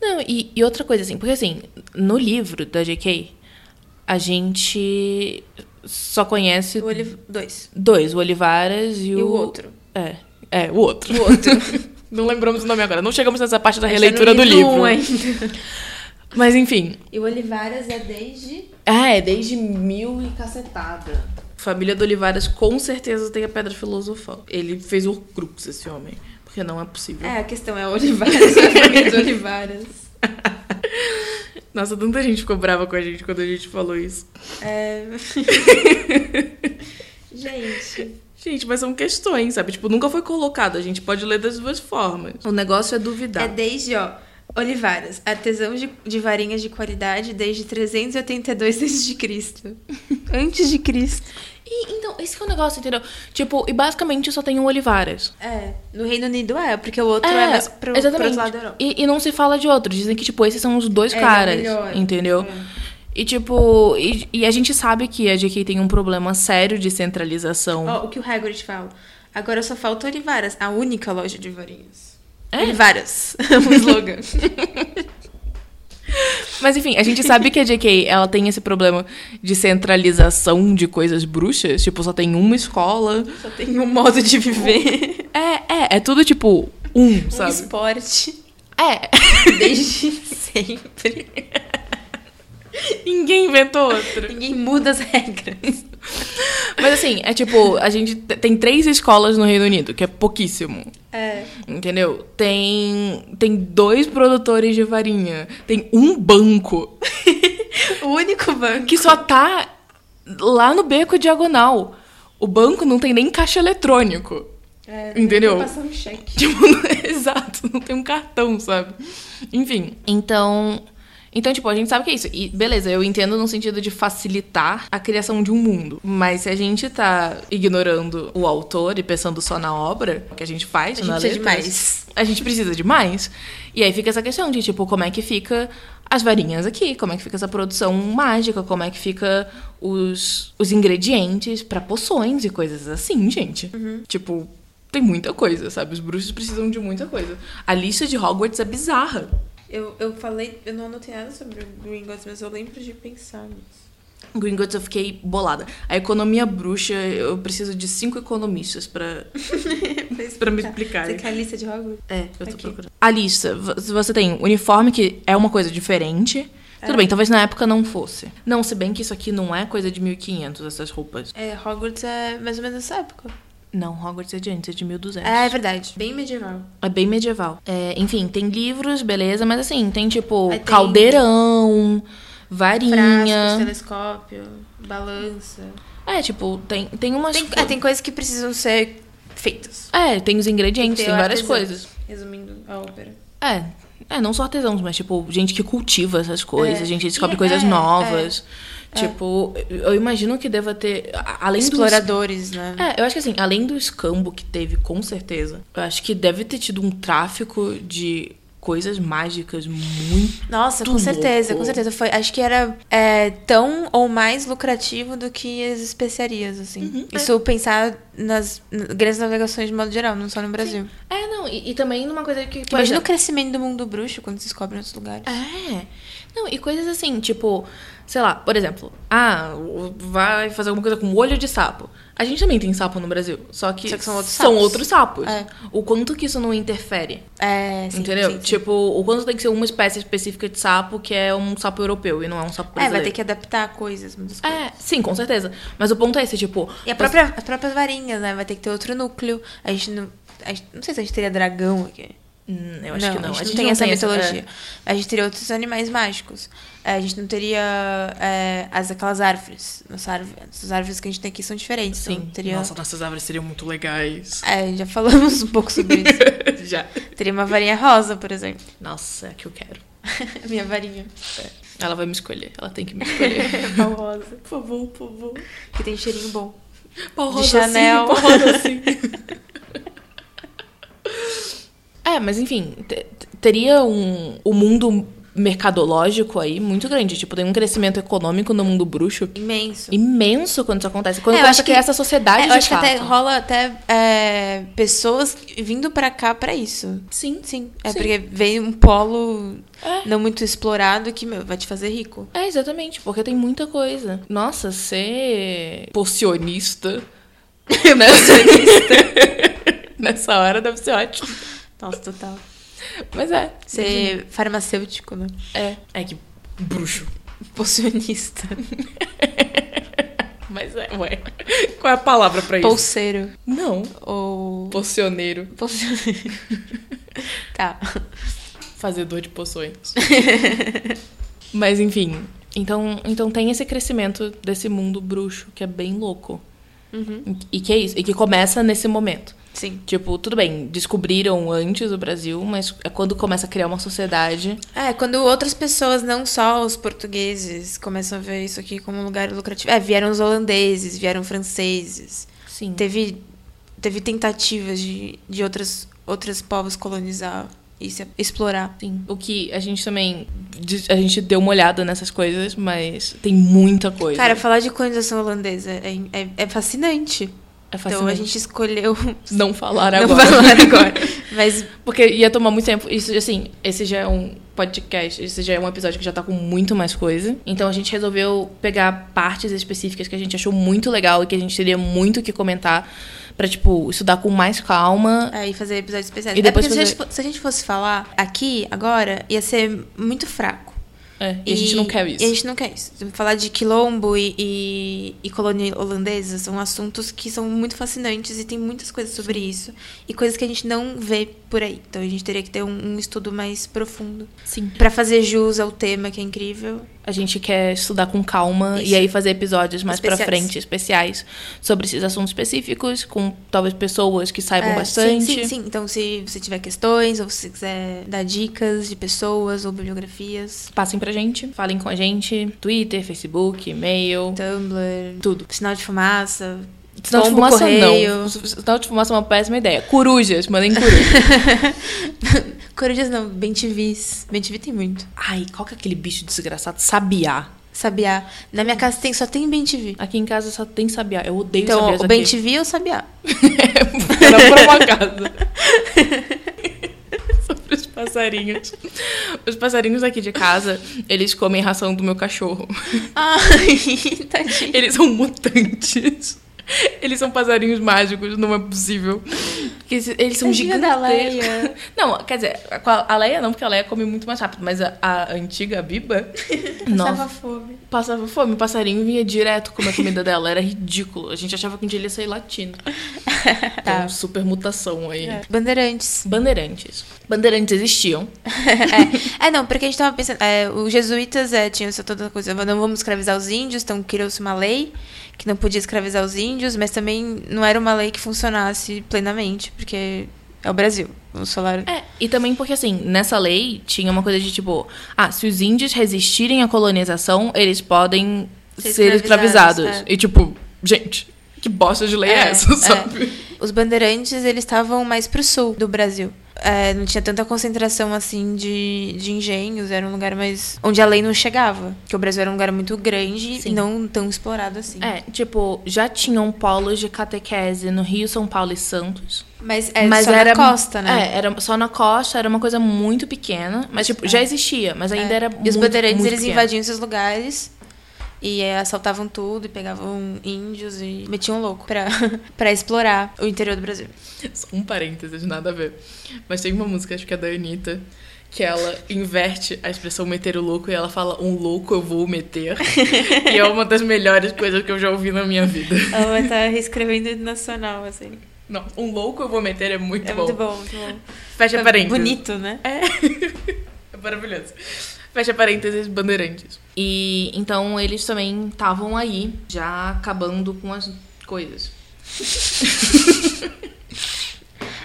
Speaker 2: Não, e, e outra coisa, assim, porque assim, no livro da JK, a gente só conhece
Speaker 3: Olivo, dois.
Speaker 2: dois, o Olivaras e,
Speaker 3: E o outro.
Speaker 2: É, é, o outro. não lembramos o nome agora, não chegamos nessa parte da
Speaker 3: Tá
Speaker 2: releitura
Speaker 3: no
Speaker 2: do livro.
Speaker 3: um ainda.
Speaker 2: Mas enfim.
Speaker 3: E o Olivaras é desde.
Speaker 2: Ah, é desde mil e cacetada. Família do Olivaras com certeza tem a Pedra Filosofal. Ele fez o crux, esse homem. Porque não é possível.
Speaker 3: É, a questão é Olivaras, a família de Olivaras.
Speaker 2: Nossa, tanta gente ficou brava com a gente quando a gente falou isso.
Speaker 3: É. Gente.
Speaker 2: Gente, mas são questões, sabe? Tipo, nunca foi colocado. A gente pode ler das duas formas. O negócio é duvidar.
Speaker 3: É desde, ó. Olivaras, artesão de, de varinhas de qualidade desde 382 a.C. Antes de Cristo.
Speaker 2: E, então, esse que é o negócio, entendeu? Tipo, e basicamente só tem um Olivaras.
Speaker 3: É, no Reino Unido é, porque o outro é, mais pro, pro outro lado da Europa.
Speaker 2: E, e não se fala de outro. Dizem que, tipo, esses são os dois
Speaker 3: É,
Speaker 2: caras.
Speaker 3: melhor.
Speaker 2: Entendeu?
Speaker 3: É.
Speaker 2: E, tipo, e, e a gente sabe que a JK tem um problema sério de centralização.
Speaker 3: Ó, o que o Hagrid fala. Agora só falta Olivaras, a única loja de varinhas.
Speaker 2: É?
Speaker 3: Olivaras, um slogan.
Speaker 2: Mas enfim, a gente sabe que a JK, ela tem esse problema de centralização de coisas bruxas. Tipo, só tem uma escola.
Speaker 3: Só tem um modo de viver,
Speaker 2: É, é, é tudo tipo um,
Speaker 3: um
Speaker 2: sabe?
Speaker 3: esporte,
Speaker 2: É.
Speaker 3: desde sempre.
Speaker 2: Ninguém inventou outro.
Speaker 3: Ninguém muda as regras.
Speaker 2: Mas assim, é tipo, a gente t- tem três escolas no Reino Unido, que é pouquíssimo.
Speaker 3: É.
Speaker 2: Entendeu? Tem, tem dois produtores de varinha. Tem um banco
Speaker 3: O único banco.
Speaker 2: que só tá lá no beco diagonal. O banco não tem nem caixa eletrônico.
Speaker 3: É,
Speaker 2: Entendeu?
Speaker 3: vou Passar um cheque.
Speaker 2: Tipo, não é exato, não tem um cartão, sabe? Enfim, então. Então, tipo, a gente sabe que é isso. E beleza, eu entendo no sentido de facilitar a criação de um mundo. Mas se a gente tá ignorando o autor e pensando só na obra, o que a gente faz,
Speaker 3: A gente é
Speaker 2: na
Speaker 3: precisa de
Speaker 2: letra, é
Speaker 3: mais.
Speaker 2: A gente precisa de mais. E aí fica essa questão de, tipo, como é que fica as varinhas aqui, como é que fica essa produção mágica, como é que fica os, os ingredientes pra poções e coisas assim, gente. Tipo, tem muita coisa, sabe? Os bruxos precisam de muita coisa. A lista de Hogwarts é bizarra.
Speaker 3: Eu, eu falei, eu não anotei nada sobre o Gringotts, mas eu lembro de pensar nisso.
Speaker 2: Gringotts, eu fiquei bolada. A economia bruxa, eu preciso de cinco economistas pra, pra me explicar.
Speaker 3: Você quer a lista de Hogwarts?
Speaker 2: É, eu tô
Speaker 3: Aqui.
Speaker 2: procurando. A lista, v- se você tem uniforme, que é uma coisa diferente. Tudo bem, talvez na época não fosse. Não, se bem que isso aqui não é coisa de 1500, essas roupas.
Speaker 3: É, Hogwarts é mais ou menos dessa época.
Speaker 2: Não, Hogwarts é de antes, é de 1200.
Speaker 3: É, é verdade. Bem medieval.
Speaker 2: É bem medieval. É, enfim, tem livros, beleza, mas assim, tem tipo
Speaker 3: Aí tem-
Speaker 2: caldeirão,
Speaker 3: Frascos,
Speaker 2: varinha.
Speaker 3: telescópio, balança.
Speaker 2: É, tipo, tem, tem umas.
Speaker 3: Tem, ah, tem coisas que precisam ser feitas.
Speaker 2: É, tem os ingredientes, tem, várias
Speaker 3: artesãos,
Speaker 2: coisas.
Speaker 3: Resumindo a ópera.
Speaker 2: É, É, não só artesãos, mas, tipo, gente que cultiva essas coisas,
Speaker 3: É.
Speaker 2: gente que descobre
Speaker 3: E-
Speaker 2: coisas
Speaker 3: é,
Speaker 2: novas. Tipo, eu imagino que deva ter. a- Além dos
Speaker 3: Exploradores, né?
Speaker 2: É, eu acho que assim, além do escambo que teve, com certeza, eu acho que deve ter tido um tráfico de coisas mágicas muito.
Speaker 3: Nossa, com
Speaker 2: Muito
Speaker 3: certeza,
Speaker 2: louco.
Speaker 3: com certeza. Foi, acho que era é, tão ou mais lucrativo do que as especiarias, assim. Isso pensar nas n- grandes navegações de modo geral, não só no Brasil.
Speaker 2: É, não, e, e também numa coisa que. por
Speaker 3: Imagina o
Speaker 2: exemplo-
Speaker 3: crescimento do mundo bruxo quando se descobre em outros lugares.
Speaker 2: É. Não, e coisas assim, tipo, sei lá, por exemplo, ah, o- vai fazer alguma coisa com olho de sapo. A gente também tem sapo no Brasil, só que,
Speaker 3: Só que são outros sapos.
Speaker 2: outros sapos.
Speaker 3: É.
Speaker 2: O quanto que isso não interfere,
Speaker 3: É, sim,
Speaker 2: entendeu?
Speaker 3: sim, sim.
Speaker 2: Tipo, o quanto tem que ser uma espécie específica de sapo que é um sapo europeu e não é um sapo
Speaker 3: é,
Speaker 2: brasileiro.
Speaker 3: vai ter que adaptar coisas, muitas coisas.
Speaker 2: É, sim, com certeza. Mas o ponto é esse, tipo.
Speaker 3: E a própria, as próprias varinhas, né? Vai ter que ter outro núcleo. A gente não. a gente- não sei se a gente teria dragão aqui.
Speaker 2: Hum, eu acho que não. é,
Speaker 3: A gente, não tem essa mitologia. A gente teria outros animais mágicos. É, A gente não teria é, as, aquelas árvores. Nossa, árvore- Essas árvores que a gente tem aqui são diferentes.
Speaker 2: Sim.
Speaker 3: Então, teria...
Speaker 2: Nossa, nossas árvores seriam muito legais.
Speaker 3: É, já falamos um pouco sobre isso.
Speaker 2: Já.
Speaker 3: teria uma varinha rosa, por exemplo.
Speaker 2: Nossa, é que eu quero.
Speaker 3: Minha varinha.
Speaker 2: Ela vai me escolher. Ela tem que me escolher.
Speaker 3: Pau rosa.
Speaker 2: por favor, por favor.
Speaker 3: Que tem cheirinho bom.
Speaker 2: Pau
Speaker 3: De
Speaker 2: rosa
Speaker 3: Chanel.
Speaker 2: assim, pau rosa assim. é, mas enfim, te- te- teria um, um mundo mercadológico aí muito grande. Tipo, tem um crescimento econômico no mundo bruxo
Speaker 3: Imenso.
Speaker 2: imenso quando isso acontece. Quando
Speaker 3: É, eu
Speaker 2: começa
Speaker 3: acho
Speaker 2: a criar
Speaker 3: que-
Speaker 2: essa sociedade
Speaker 3: É, eu
Speaker 2: de
Speaker 3: acho que
Speaker 2: fato.
Speaker 3: até rola até é, pessoas vindo pra cá pra isso.
Speaker 2: Sim.
Speaker 3: Sim. É
Speaker 2: Sim.
Speaker 3: porque veio um polo
Speaker 2: É.
Speaker 3: não muito explorado que, meu, vai te fazer rico.
Speaker 2: É, exatamente, porque tem muita coisa. Nossa, ser pocionista. né? Nessa hora deve ser ótimo.
Speaker 3: Nossa, total.
Speaker 2: Mas é.
Speaker 3: Ser farmacêutico, né?
Speaker 2: É. É que bruxo.
Speaker 3: Pocionista.
Speaker 2: Mas é, ué. Qual é a palavra pra isso?
Speaker 3: Pulseiro.
Speaker 2: Não.
Speaker 3: Ou.
Speaker 2: Pocioneiro.
Speaker 3: Pocioneiro. tá.
Speaker 2: Fazedor de poções. Mas enfim. Então, então tem esse crescimento desse mundo bruxo que é bem louco.
Speaker 3: Uhum.
Speaker 2: E que é isso. E que começa nesse momento.
Speaker 3: Sim.
Speaker 2: Tipo, tudo bem, descobriram antes o Brasil, mas é quando começa a criar uma sociedade.
Speaker 3: É, quando outras pessoas, não só os portugueses, começam a ver isso aqui como um lugar lucrativo. É, vieram os holandeses, vieram franceses.
Speaker 2: Sim.
Speaker 3: Teve, teve tentativas de, de outras, outros povos colonizar e se- explorar.
Speaker 2: Sim. O que a gente também. diz- A gente deu uma olhada nessas coisas, mas tem muita coisa.
Speaker 3: Cara, falar de colonização holandesa é, é, é fascinante.
Speaker 2: é
Speaker 3: Então a gente escolheu
Speaker 2: não falar
Speaker 3: não
Speaker 2: agora.
Speaker 3: falar agora. Mas
Speaker 2: Porque ia tomar muito tempo. Isso, assim, esse já é um podcast, esse já é um episódio que já tá com muito mais coisa. Então a gente resolveu pegar partes específicas que a gente achou muito legal e que a gente teria muito o que comentar pra, tipo, estudar com mais calma.
Speaker 3: É, e fazer episódios especiais.
Speaker 2: E depois
Speaker 3: é porque se,
Speaker 2: fazer-
Speaker 3: a gente, fo- se a gente fosse falar aqui, agora, ia ser muito fraco.
Speaker 2: É, e, a gente não quer isso.
Speaker 3: E a gente não quer isso. Falar de quilombo e, e, e colônia holandesa são assuntos que são muito fascinantes e tem muitas coisas sobre isso. E coisas que a gente não vê por aí. Então a gente teria que ter um, um estudo mais profundo.
Speaker 2: Sim.
Speaker 3: Pra fazer jus ao tema, que é incrível.
Speaker 2: A gente quer estudar com calma e
Speaker 3: Isso.
Speaker 2: aí fazer episódios mais pra
Speaker 3: Especiais.
Speaker 2: frente, especiais, sobre esses assuntos específicos, com talvez pessoas que saibam
Speaker 3: É,
Speaker 2: bastante.
Speaker 3: Sim, sim, sim. Então se você tiver questões ou se quiser dar dicas de pessoas ou bibliografias,
Speaker 2: Passem pra gente, falem com a gente, Twitter, Facebook, e-mail,
Speaker 3: Tumblr,
Speaker 2: tudo.
Speaker 3: sinal de fumaça,
Speaker 2: Sinal de
Speaker 3: Pombo
Speaker 2: fumaça tipo, não.
Speaker 3: correio.
Speaker 2: Sinal de fumaça é uma péssima ideia. Corujas, mandem coruja.
Speaker 3: Corujas não, bentivis. Bentivi tem muito.
Speaker 2: Ai, qual que é aquele bicho desgraçado? Sabiá.
Speaker 3: Sabiá. Na minha casa tem, só tem bentivi.
Speaker 2: Aqui em casa só tem sabiá. Eu odeio
Speaker 3: Então,
Speaker 2: sabiás
Speaker 3: o
Speaker 2: aqui.
Speaker 3: bentivi ou sabiá?
Speaker 2: Era por uma casa. Sobre os passarinhos. Os passarinhos aqui de casa, eles comem ração do meu cachorro.
Speaker 3: Ai, tadinho.
Speaker 2: Eles são mutantes. Eles são passarinhos mágicos, não é possível. Porque Eles, eles são
Speaker 3: Tadinha da
Speaker 2: gigantescos.
Speaker 3: Leia.
Speaker 2: Não, quer dizer, com a a Leia não, porque a Leia come muito mais rápido, mas a, a antiga, a Biba, nossa,
Speaker 3: Tava fome.
Speaker 2: passava fome. O passarinho vinha direto comer a comida dela, era ridículo. A gente achava que um dia ele ia sair latino. Então, super mutação aí.
Speaker 3: É. Bandeirantes.
Speaker 2: Bandeirantes. Bandeirantes existiam.
Speaker 3: é. É, não, porque a gente tava pensando. é, os jesuítas é, tinham essa toda coisa. Não vamos escravizar os índios, então criou-se uma lei que não podia escravizar os índios, mas também não era uma lei que funcionasse plenamente, porque É o Brasil. O solar.
Speaker 2: É, e também porque, assim, nessa lei tinha uma coisa de tipo: ah, se os índios resistirem à colonização, eles podem
Speaker 3: Ser
Speaker 2: ser escravizados.
Speaker 3: escravizados, é.
Speaker 2: E tipo, gente, que bosta de lei é,
Speaker 3: É,
Speaker 2: essa,
Speaker 3: é.
Speaker 2: sabe?
Speaker 3: Os bandeirantes, eles estavam mais pro sul do Brasil. É, não tinha tanta concentração assim de, de engenhos, era um lugar mais. onde a lei não chegava. Porque o Brasil era um lugar muito grande
Speaker 2: Sim.
Speaker 3: e não tão explorado assim.
Speaker 2: É, tipo, já tinham polos de catequese no Rio, São Paulo e Santos.
Speaker 3: Mas, é só na costa, né?
Speaker 2: É, era só na costa, era uma coisa muito pequena, mas tipo, já existia, mas ainda
Speaker 3: É.
Speaker 2: era
Speaker 3: E os
Speaker 2: muito,
Speaker 3: bandeirantes,
Speaker 2: muito
Speaker 3: eles
Speaker 2: pequeno.
Speaker 3: invadiam esses lugares e é, assaltavam tudo e pegavam índios e metiam um louco pra, pra explorar o interior do Brasil.
Speaker 2: Só um parênteses, nada a ver. Mas tem uma música, acho que é da Anitta, que ela inverte a expressão meter o louco e ela fala um louco eu vou meter. e é uma das melhores coisas que eu já ouvi na minha vida.
Speaker 3: Ela vai estar tá reescrevendo nacional, assim.
Speaker 2: Não, um louco eu vou meter é muito
Speaker 3: É
Speaker 2: bom. É
Speaker 3: muito bom, muito bom.
Speaker 2: Fecha parênteses.
Speaker 3: Bonito, né?
Speaker 2: É maravilhoso. Fecha parênteses, bandeirantes. E então eles também estavam aí, já acabando com as coisas.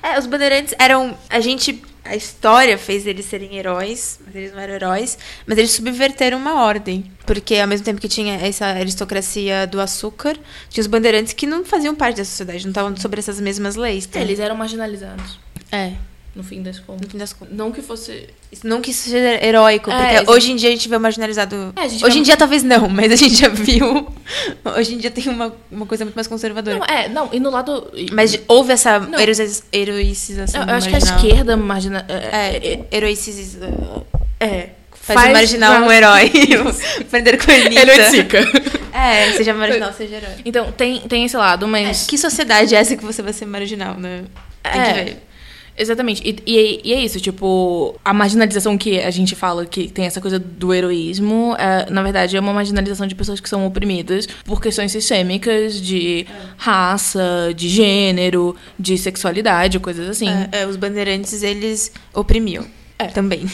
Speaker 3: É, os bandeirantes eram. A gente. A história fez eles serem heróis, mas eles não eram heróis, mas eles subverteram uma ordem. Porque ao mesmo tempo que tinha essa aristocracia do açúcar, tinha os bandeirantes que não faziam parte da sociedade, não estavam sobre essas mesmas leis. tá?
Speaker 2: Eles eram marginalizados,
Speaker 3: É,
Speaker 2: no fim das
Speaker 3: no
Speaker 2: contas.
Speaker 3: fim das contas.
Speaker 2: Não que fosse.
Speaker 3: Isso não que isso seja heróico,
Speaker 2: É,
Speaker 3: porque
Speaker 2: exato.
Speaker 3: hoje em dia a gente vê o marginalizado.
Speaker 2: É, a gente
Speaker 3: hoje
Speaker 2: vê-
Speaker 3: em dia talvez não, mas a gente já viu. Hoje em dia tem uma, uma coisa muito mais conservadora.
Speaker 2: Não, é, não, e no lado. e-
Speaker 3: Mas houve essa
Speaker 2: Não.
Speaker 3: heroici- heroicização.
Speaker 2: Não,
Speaker 3: do
Speaker 2: eu acho que a
Speaker 3: marginal.
Speaker 2: esquerda margina...
Speaker 3: É, heroicização.
Speaker 2: é.
Speaker 3: Faz, o marginal um herói. Prender com a Anitta.
Speaker 2: Heroicica.
Speaker 3: É, seja marginal, seja herói.
Speaker 2: Então, tem, tem esse lado, mas...
Speaker 3: Que sociedade é essa que você vai ser marginal, né? Tem que
Speaker 2: É.
Speaker 3: ver.
Speaker 2: Exatamente. E, e, e é isso, tipo, a marginalização que a gente fala que tem essa coisa do heroísmo, é, na verdade, é uma marginalização de pessoas que são oprimidas por questões sistêmicas de
Speaker 3: É.
Speaker 2: raça, de gênero, de sexualidade, coisas assim. É,
Speaker 3: É, é, os bandeirantes, eles oprimiam. Também.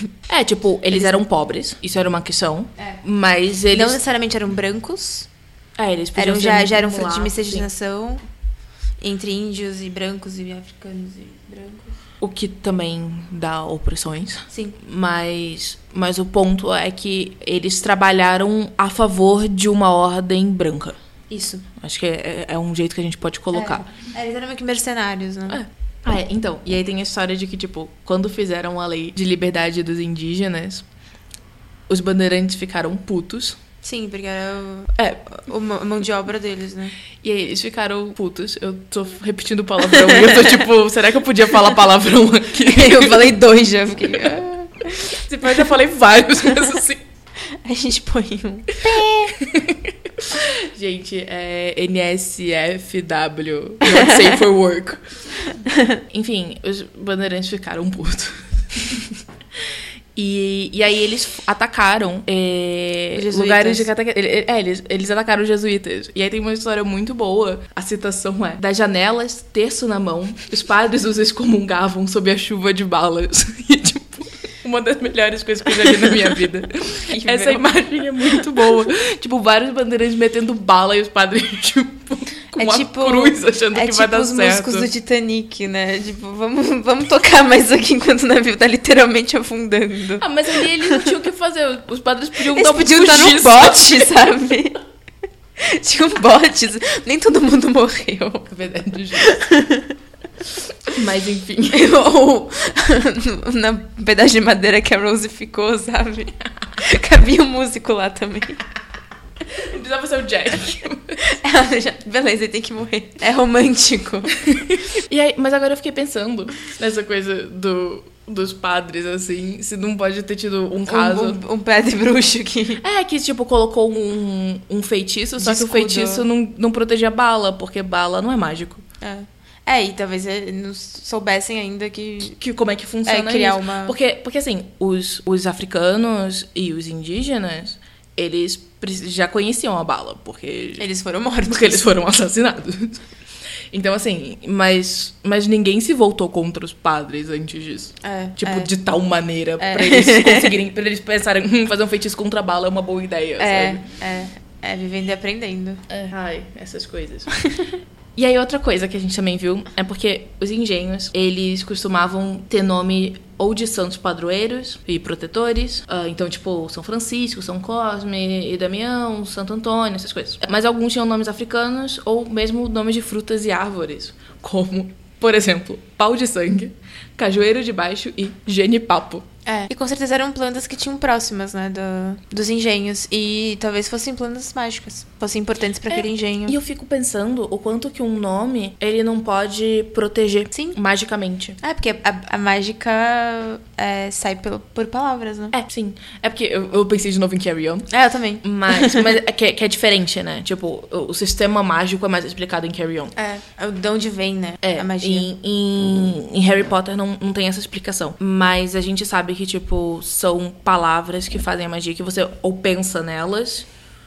Speaker 2: tipo, eles, eram pobres, isso era uma questão,
Speaker 3: É.
Speaker 2: mas
Speaker 3: Não
Speaker 2: eles...
Speaker 3: necessariamente eram brancos,
Speaker 2: é, eles podiam
Speaker 3: eram,
Speaker 2: ser
Speaker 3: já, já eram fruto
Speaker 2: mulatos,
Speaker 3: de
Speaker 2: sim.
Speaker 3: miscigenação entre índios e brancos e africanos e brancos.
Speaker 2: O que também dá opressões.
Speaker 3: Sim.
Speaker 2: Mas, mas o ponto é que eles trabalharam a favor de uma ordem branca.
Speaker 3: Isso.
Speaker 2: Acho que é, é um jeito que a gente pode colocar.
Speaker 3: É, eles eram meio que mercenários, né?
Speaker 2: É. Ah, é, então. E aí tem a história de que, tipo, quando fizeram a lei de liberdade dos indígenas, os bandeirantes ficaram putos.
Speaker 3: Sim, porque era o,
Speaker 2: É,
Speaker 3: o mão a mão de obra deles, né?
Speaker 2: e aí eles ficaram putos. Eu tô repetindo palavrão e eu tô tipo, será que eu podia falar palavrão aqui?
Speaker 3: Eu falei dois já, fiquei. ah.
Speaker 2: Tipo, eu já falei vários, mas assim.
Speaker 3: A gente põe um.
Speaker 2: Gente, é NSFW. Not safe for work. Enfim, os bandeirantes ficaram putos. E, e aí eles atacaram é,
Speaker 3: Os jesuítas.
Speaker 2: lugares de catequese. Ele- É, eles, eles atacaram os jesuítas. E aí tem uma história muito boa. A citação é: Das janelas, terço na mão, os padres os excomungavam sob a chuva de balas. E tipo, uma das melhores coisas que eu já vi na minha vida. Essa
Speaker 3: Incrível.
Speaker 2: imagem é muito boa. tipo, vários bandeirantes metendo bala e os padres, tipo, com
Speaker 3: É
Speaker 2: uma
Speaker 3: tipo-
Speaker 2: cruz achando
Speaker 3: É
Speaker 2: que
Speaker 3: tipo
Speaker 2: vai dar
Speaker 3: os
Speaker 2: certo.
Speaker 3: músicos do Titanic, né? Tipo, vamos, vamos tocar mais um aqui enquanto o navio tá literalmente afundando.
Speaker 2: Ah, mas ali eles não tinham o que fazer. Os padres podiam
Speaker 3: Eles
Speaker 2: dar um
Speaker 3: podiam estar num
Speaker 2: fugiço.
Speaker 3: bote, sabe? Tinha um bote. Nem todo mundo morreu.
Speaker 2: É verdade, justo. Mas enfim.
Speaker 3: Ou na pedaço de madeira que a Rose ficou, sabe? Cabia um músico lá também.
Speaker 2: Não precisava ser o Jack.
Speaker 3: Ela Ah, já- beleza, ele tem que morrer. É romântico.
Speaker 2: E aí, mas agora eu fiquei pensando nessa coisa do, dos padres, assim, se não pode ter tido um caso.
Speaker 3: Um, um, um pé de bruxo que.
Speaker 2: É, que tipo, colocou um, um feitiço, só
Speaker 3: De
Speaker 2: que o
Speaker 3: escudo.
Speaker 2: feitiço não, não protegia bala, porque bala não é mágico.
Speaker 3: É. É, e talvez eles não soubessem ainda que.
Speaker 2: Que, como é que funciona
Speaker 3: É, criar
Speaker 2: isso.
Speaker 3: uma-
Speaker 2: Porque, porque assim, os, os africanos e os indígenas, eles pre- já conheciam a bala, porque
Speaker 3: Eles foram mortos.
Speaker 2: porque eles foram assassinados. Então, assim, mas, mas ninguém se voltou contra os padres antes disso.
Speaker 3: É,
Speaker 2: Tipo,
Speaker 3: é.
Speaker 2: de tal maneira,
Speaker 3: É.
Speaker 2: pra eles conseguirem, pra eles pensarem, hum, fazer um feitiço contra a bala é uma boa ideia,
Speaker 3: É,
Speaker 2: sabe?
Speaker 3: é. É, vivendo e aprendendo.
Speaker 2: Ai, essas coisas. E aí outra coisa que a gente também viu é porque os engenhos, eles costumavam ter nome ou de santos padroeiros e protetores, ah, então tipo São Francisco, São Cosme e Damião, Santo Antônio, essas coisas. Mas alguns tinham nomes africanos ou mesmo nomes de frutas e árvores, como, por exemplo, pau de sangue, cajueiro de baixo e genipapo.
Speaker 3: É. E com certeza eram plantas que tinham próximas, né, do- dos engenhos. E talvez fossem plantas mágicas. Fossem importantes pra aquele engenho.
Speaker 2: É. E eu fico pensando o quanto que um nome ele não pode proteger
Speaker 3: Sim.
Speaker 2: magicamente.
Speaker 3: É, porque a, a mágica é, sai pelo, por palavras, né?
Speaker 2: É, sim. É porque eu, eu pensei de novo em Carry On.
Speaker 3: É, eu também.
Speaker 2: Mas, mas é que, que é diferente, né? Tipo, o, o sistema mágico é mais explicado em Carry On.
Speaker 3: É, de onde vem, né?
Speaker 2: É,
Speaker 3: a magia.
Speaker 2: Em, em- em Harry Potter não, não tem essa explicação. Mas a gente sabe que, tipo, são palavras que fazem a magia, que você ou pensa nelas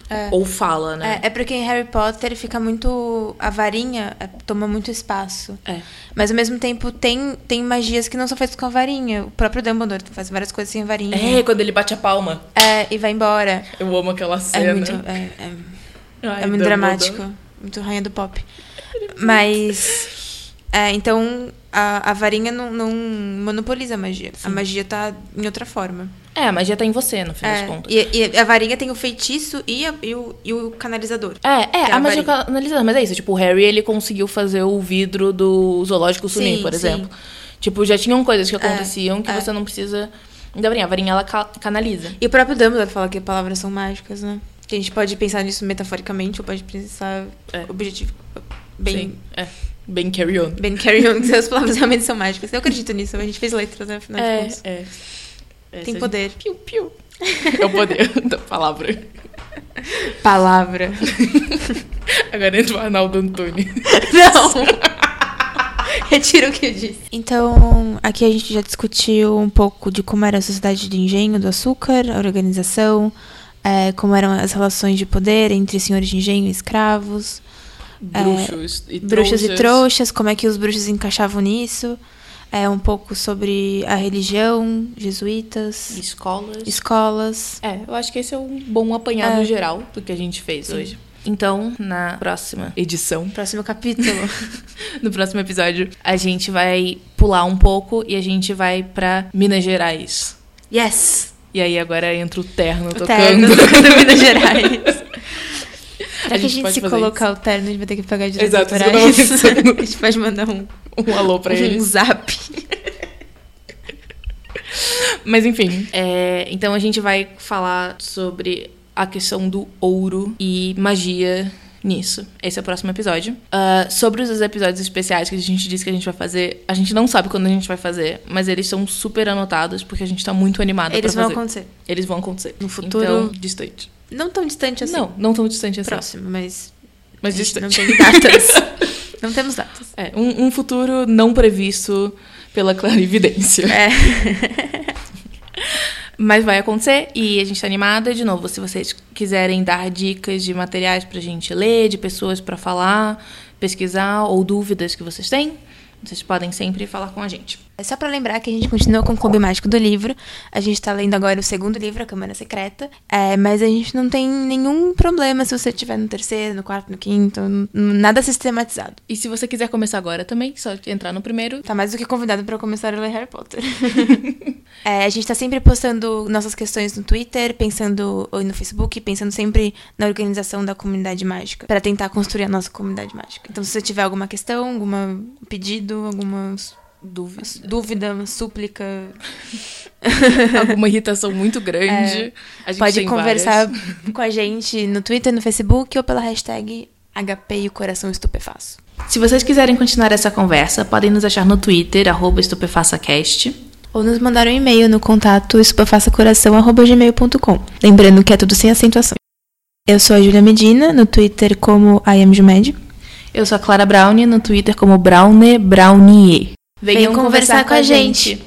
Speaker 3: É.
Speaker 2: ou fala, né?
Speaker 3: É, é porque em Harry Potter fica muito. A varinha é, toma muito espaço.
Speaker 2: É.
Speaker 3: Mas ao mesmo tempo tem, tem magias que não são feitas com a varinha. O próprio Dumbledore faz várias coisas sem varinha.
Speaker 2: É, quando ele bate a palma.
Speaker 3: É, e vai embora.
Speaker 2: Eu amo aquela
Speaker 3: É,
Speaker 2: cena.
Speaker 3: muito. É, é-
Speaker 2: Ai,
Speaker 3: é muito
Speaker 2: Dumbledore.
Speaker 3: dramático. Muito rainha do pop. Mas. é, então a, a varinha não, não monopoliza a magia. A magia tá em outra forma.
Speaker 2: É, a magia tá em você, no fim
Speaker 3: É,
Speaker 2: das contas.
Speaker 3: e, e a varinha tem o feitiço e, a- e o, e o canalizador.
Speaker 2: É, é,
Speaker 3: Aquela
Speaker 2: a magia
Speaker 3: varinha.
Speaker 2: canalizada, mas é isso, tipo, o Harry ele conseguiu fazer o vidro do zoológico sumir,
Speaker 3: Sim,
Speaker 2: por
Speaker 3: sim.
Speaker 2: exemplo. Tipo, já tinham coisas que aconteciam que
Speaker 3: é.
Speaker 2: você não precisa da varinha, a varinha ela ca- canaliza.
Speaker 3: E o próprio Dumbledore fala que palavras são mágicas, né? A gente pode pensar nisso metaforicamente ou pode pensar
Speaker 2: É.
Speaker 3: objetivo. Bem,
Speaker 2: Sim, é. Bem carry on.
Speaker 3: bem carry on, que as palavras realmente são mágicas. Eu acredito nisso, a gente fez letras, né? Afinal de contas.
Speaker 2: é. É,
Speaker 3: Tem
Speaker 2: se-
Speaker 3: poder.
Speaker 2: Piu, piu. É o poder da palavra.
Speaker 3: Palavra.
Speaker 2: Agora entra o Arnaldo Antônio.
Speaker 3: Não! Retiro o que eu disse. Então, aqui a gente já discutiu um pouco de como era a sociedade de engenho do açúcar, a organização, eh, como eram as relações de poder entre senhores de engenho e escravos,
Speaker 2: Bruxos É, e
Speaker 3: bruxos e trouxas, como é que os bruxos encaixavam nisso, é, um pouco sobre a religião, jesuítas,
Speaker 2: Escolas.
Speaker 3: escolas.
Speaker 2: É, eu acho que esse é um bom apanhado geral do que a gente fez hoje. Então, na próxima edição,
Speaker 3: Próximo capítulo.
Speaker 2: no próximo episódio, a gente vai pular um pouco e a gente vai pra Minas Gerais.
Speaker 3: yes!
Speaker 2: E aí agora entra o terno
Speaker 3: O
Speaker 2: tocando.
Speaker 3: terno do Minas Gerais. Será
Speaker 2: A
Speaker 3: que a
Speaker 2: gente
Speaker 3: gente
Speaker 2: pode
Speaker 3: se
Speaker 2: fazer
Speaker 3: colocar o terno, a gente vai ter que pagar direitos
Speaker 2: Exato, isso que eu tava
Speaker 3: autorais.
Speaker 2: pensando.
Speaker 3: a gente pode mandar um,
Speaker 2: Um alô pra
Speaker 3: um
Speaker 2: eles. Ah,
Speaker 3: zap.
Speaker 2: Mas enfim, é, então a gente vai falar sobre a questão do ouro e magia nisso. Esse é o próximo episódio. Ah, sobre os episódios especiais que a gente disse que a gente vai fazer, a gente não sabe quando a gente vai fazer, mas eles são super anotados porque a gente tá muito animado
Speaker 3: Eles
Speaker 2: pra
Speaker 3: vão
Speaker 2: fazer.
Speaker 3: acontecer.
Speaker 2: Eles vão acontecer.
Speaker 3: No futuro-
Speaker 2: Então, distante.
Speaker 3: Não tão distante assim.
Speaker 2: Não, não tão distante assim.
Speaker 3: Próximo, mas,
Speaker 2: Mas
Speaker 3: a gente não
Speaker 2: distante.
Speaker 3: tem datas. não temos datas.
Speaker 2: É, um, um futuro não previsto pela clarividência.
Speaker 3: É.
Speaker 2: Mas vai acontecer e a gente tá animada. De novo, se vocês quiserem dar dicas de materiais pra gente ler, de pessoas pra falar, pesquisar ou dúvidas que vocês têm, vocês podem sempre falar com a gente.
Speaker 3: É Só pra lembrar que a gente continua com o Clube Mágico do Livro. A gente tá lendo agora o segundo livro, A Câmara Secreta. É, mas a gente não tem nenhum problema se você estiver no terceiro, no quarto, no quinto. n- Nada sistematizado.
Speaker 2: E se você quiser começar agora também, só entrar no primeiro.
Speaker 3: Tá mais do que convidado pra começar a ler Harry Potter. É, a gente tá sempre postando nossas questões no Twitter, pensando ou no Facebook, pensando sempre na organização da comunidade mágica, Pra tentar construir a nossa comunidade mágica. Então, se você tiver alguma questão, algum pedido, alguma s-
Speaker 2: Dúvidas.
Speaker 3: dúvida, uma súplica,
Speaker 2: Alguma irritação muito grande. A gente
Speaker 3: pode
Speaker 2: tem
Speaker 3: conversar
Speaker 2: várias.
Speaker 3: com a gente no Twitter, no Facebook ou pela hashtag HP e o coração estupefaço.
Speaker 2: Se vocês quiserem continuar essa conversa, podem nos achar no Twitter, arroba estupefaçacast.
Speaker 3: Ou nos mandar um e-mail no contato estupefaçacoração.gmail.com. Lembrando que é tudo sem acentuação. Eu sou a Júlia Medina, no Twitter como IamJumed.
Speaker 2: Eu sou a Clara Brownie, no Twitter como Brownie Brownie.
Speaker 3: Venham conversar com a gente.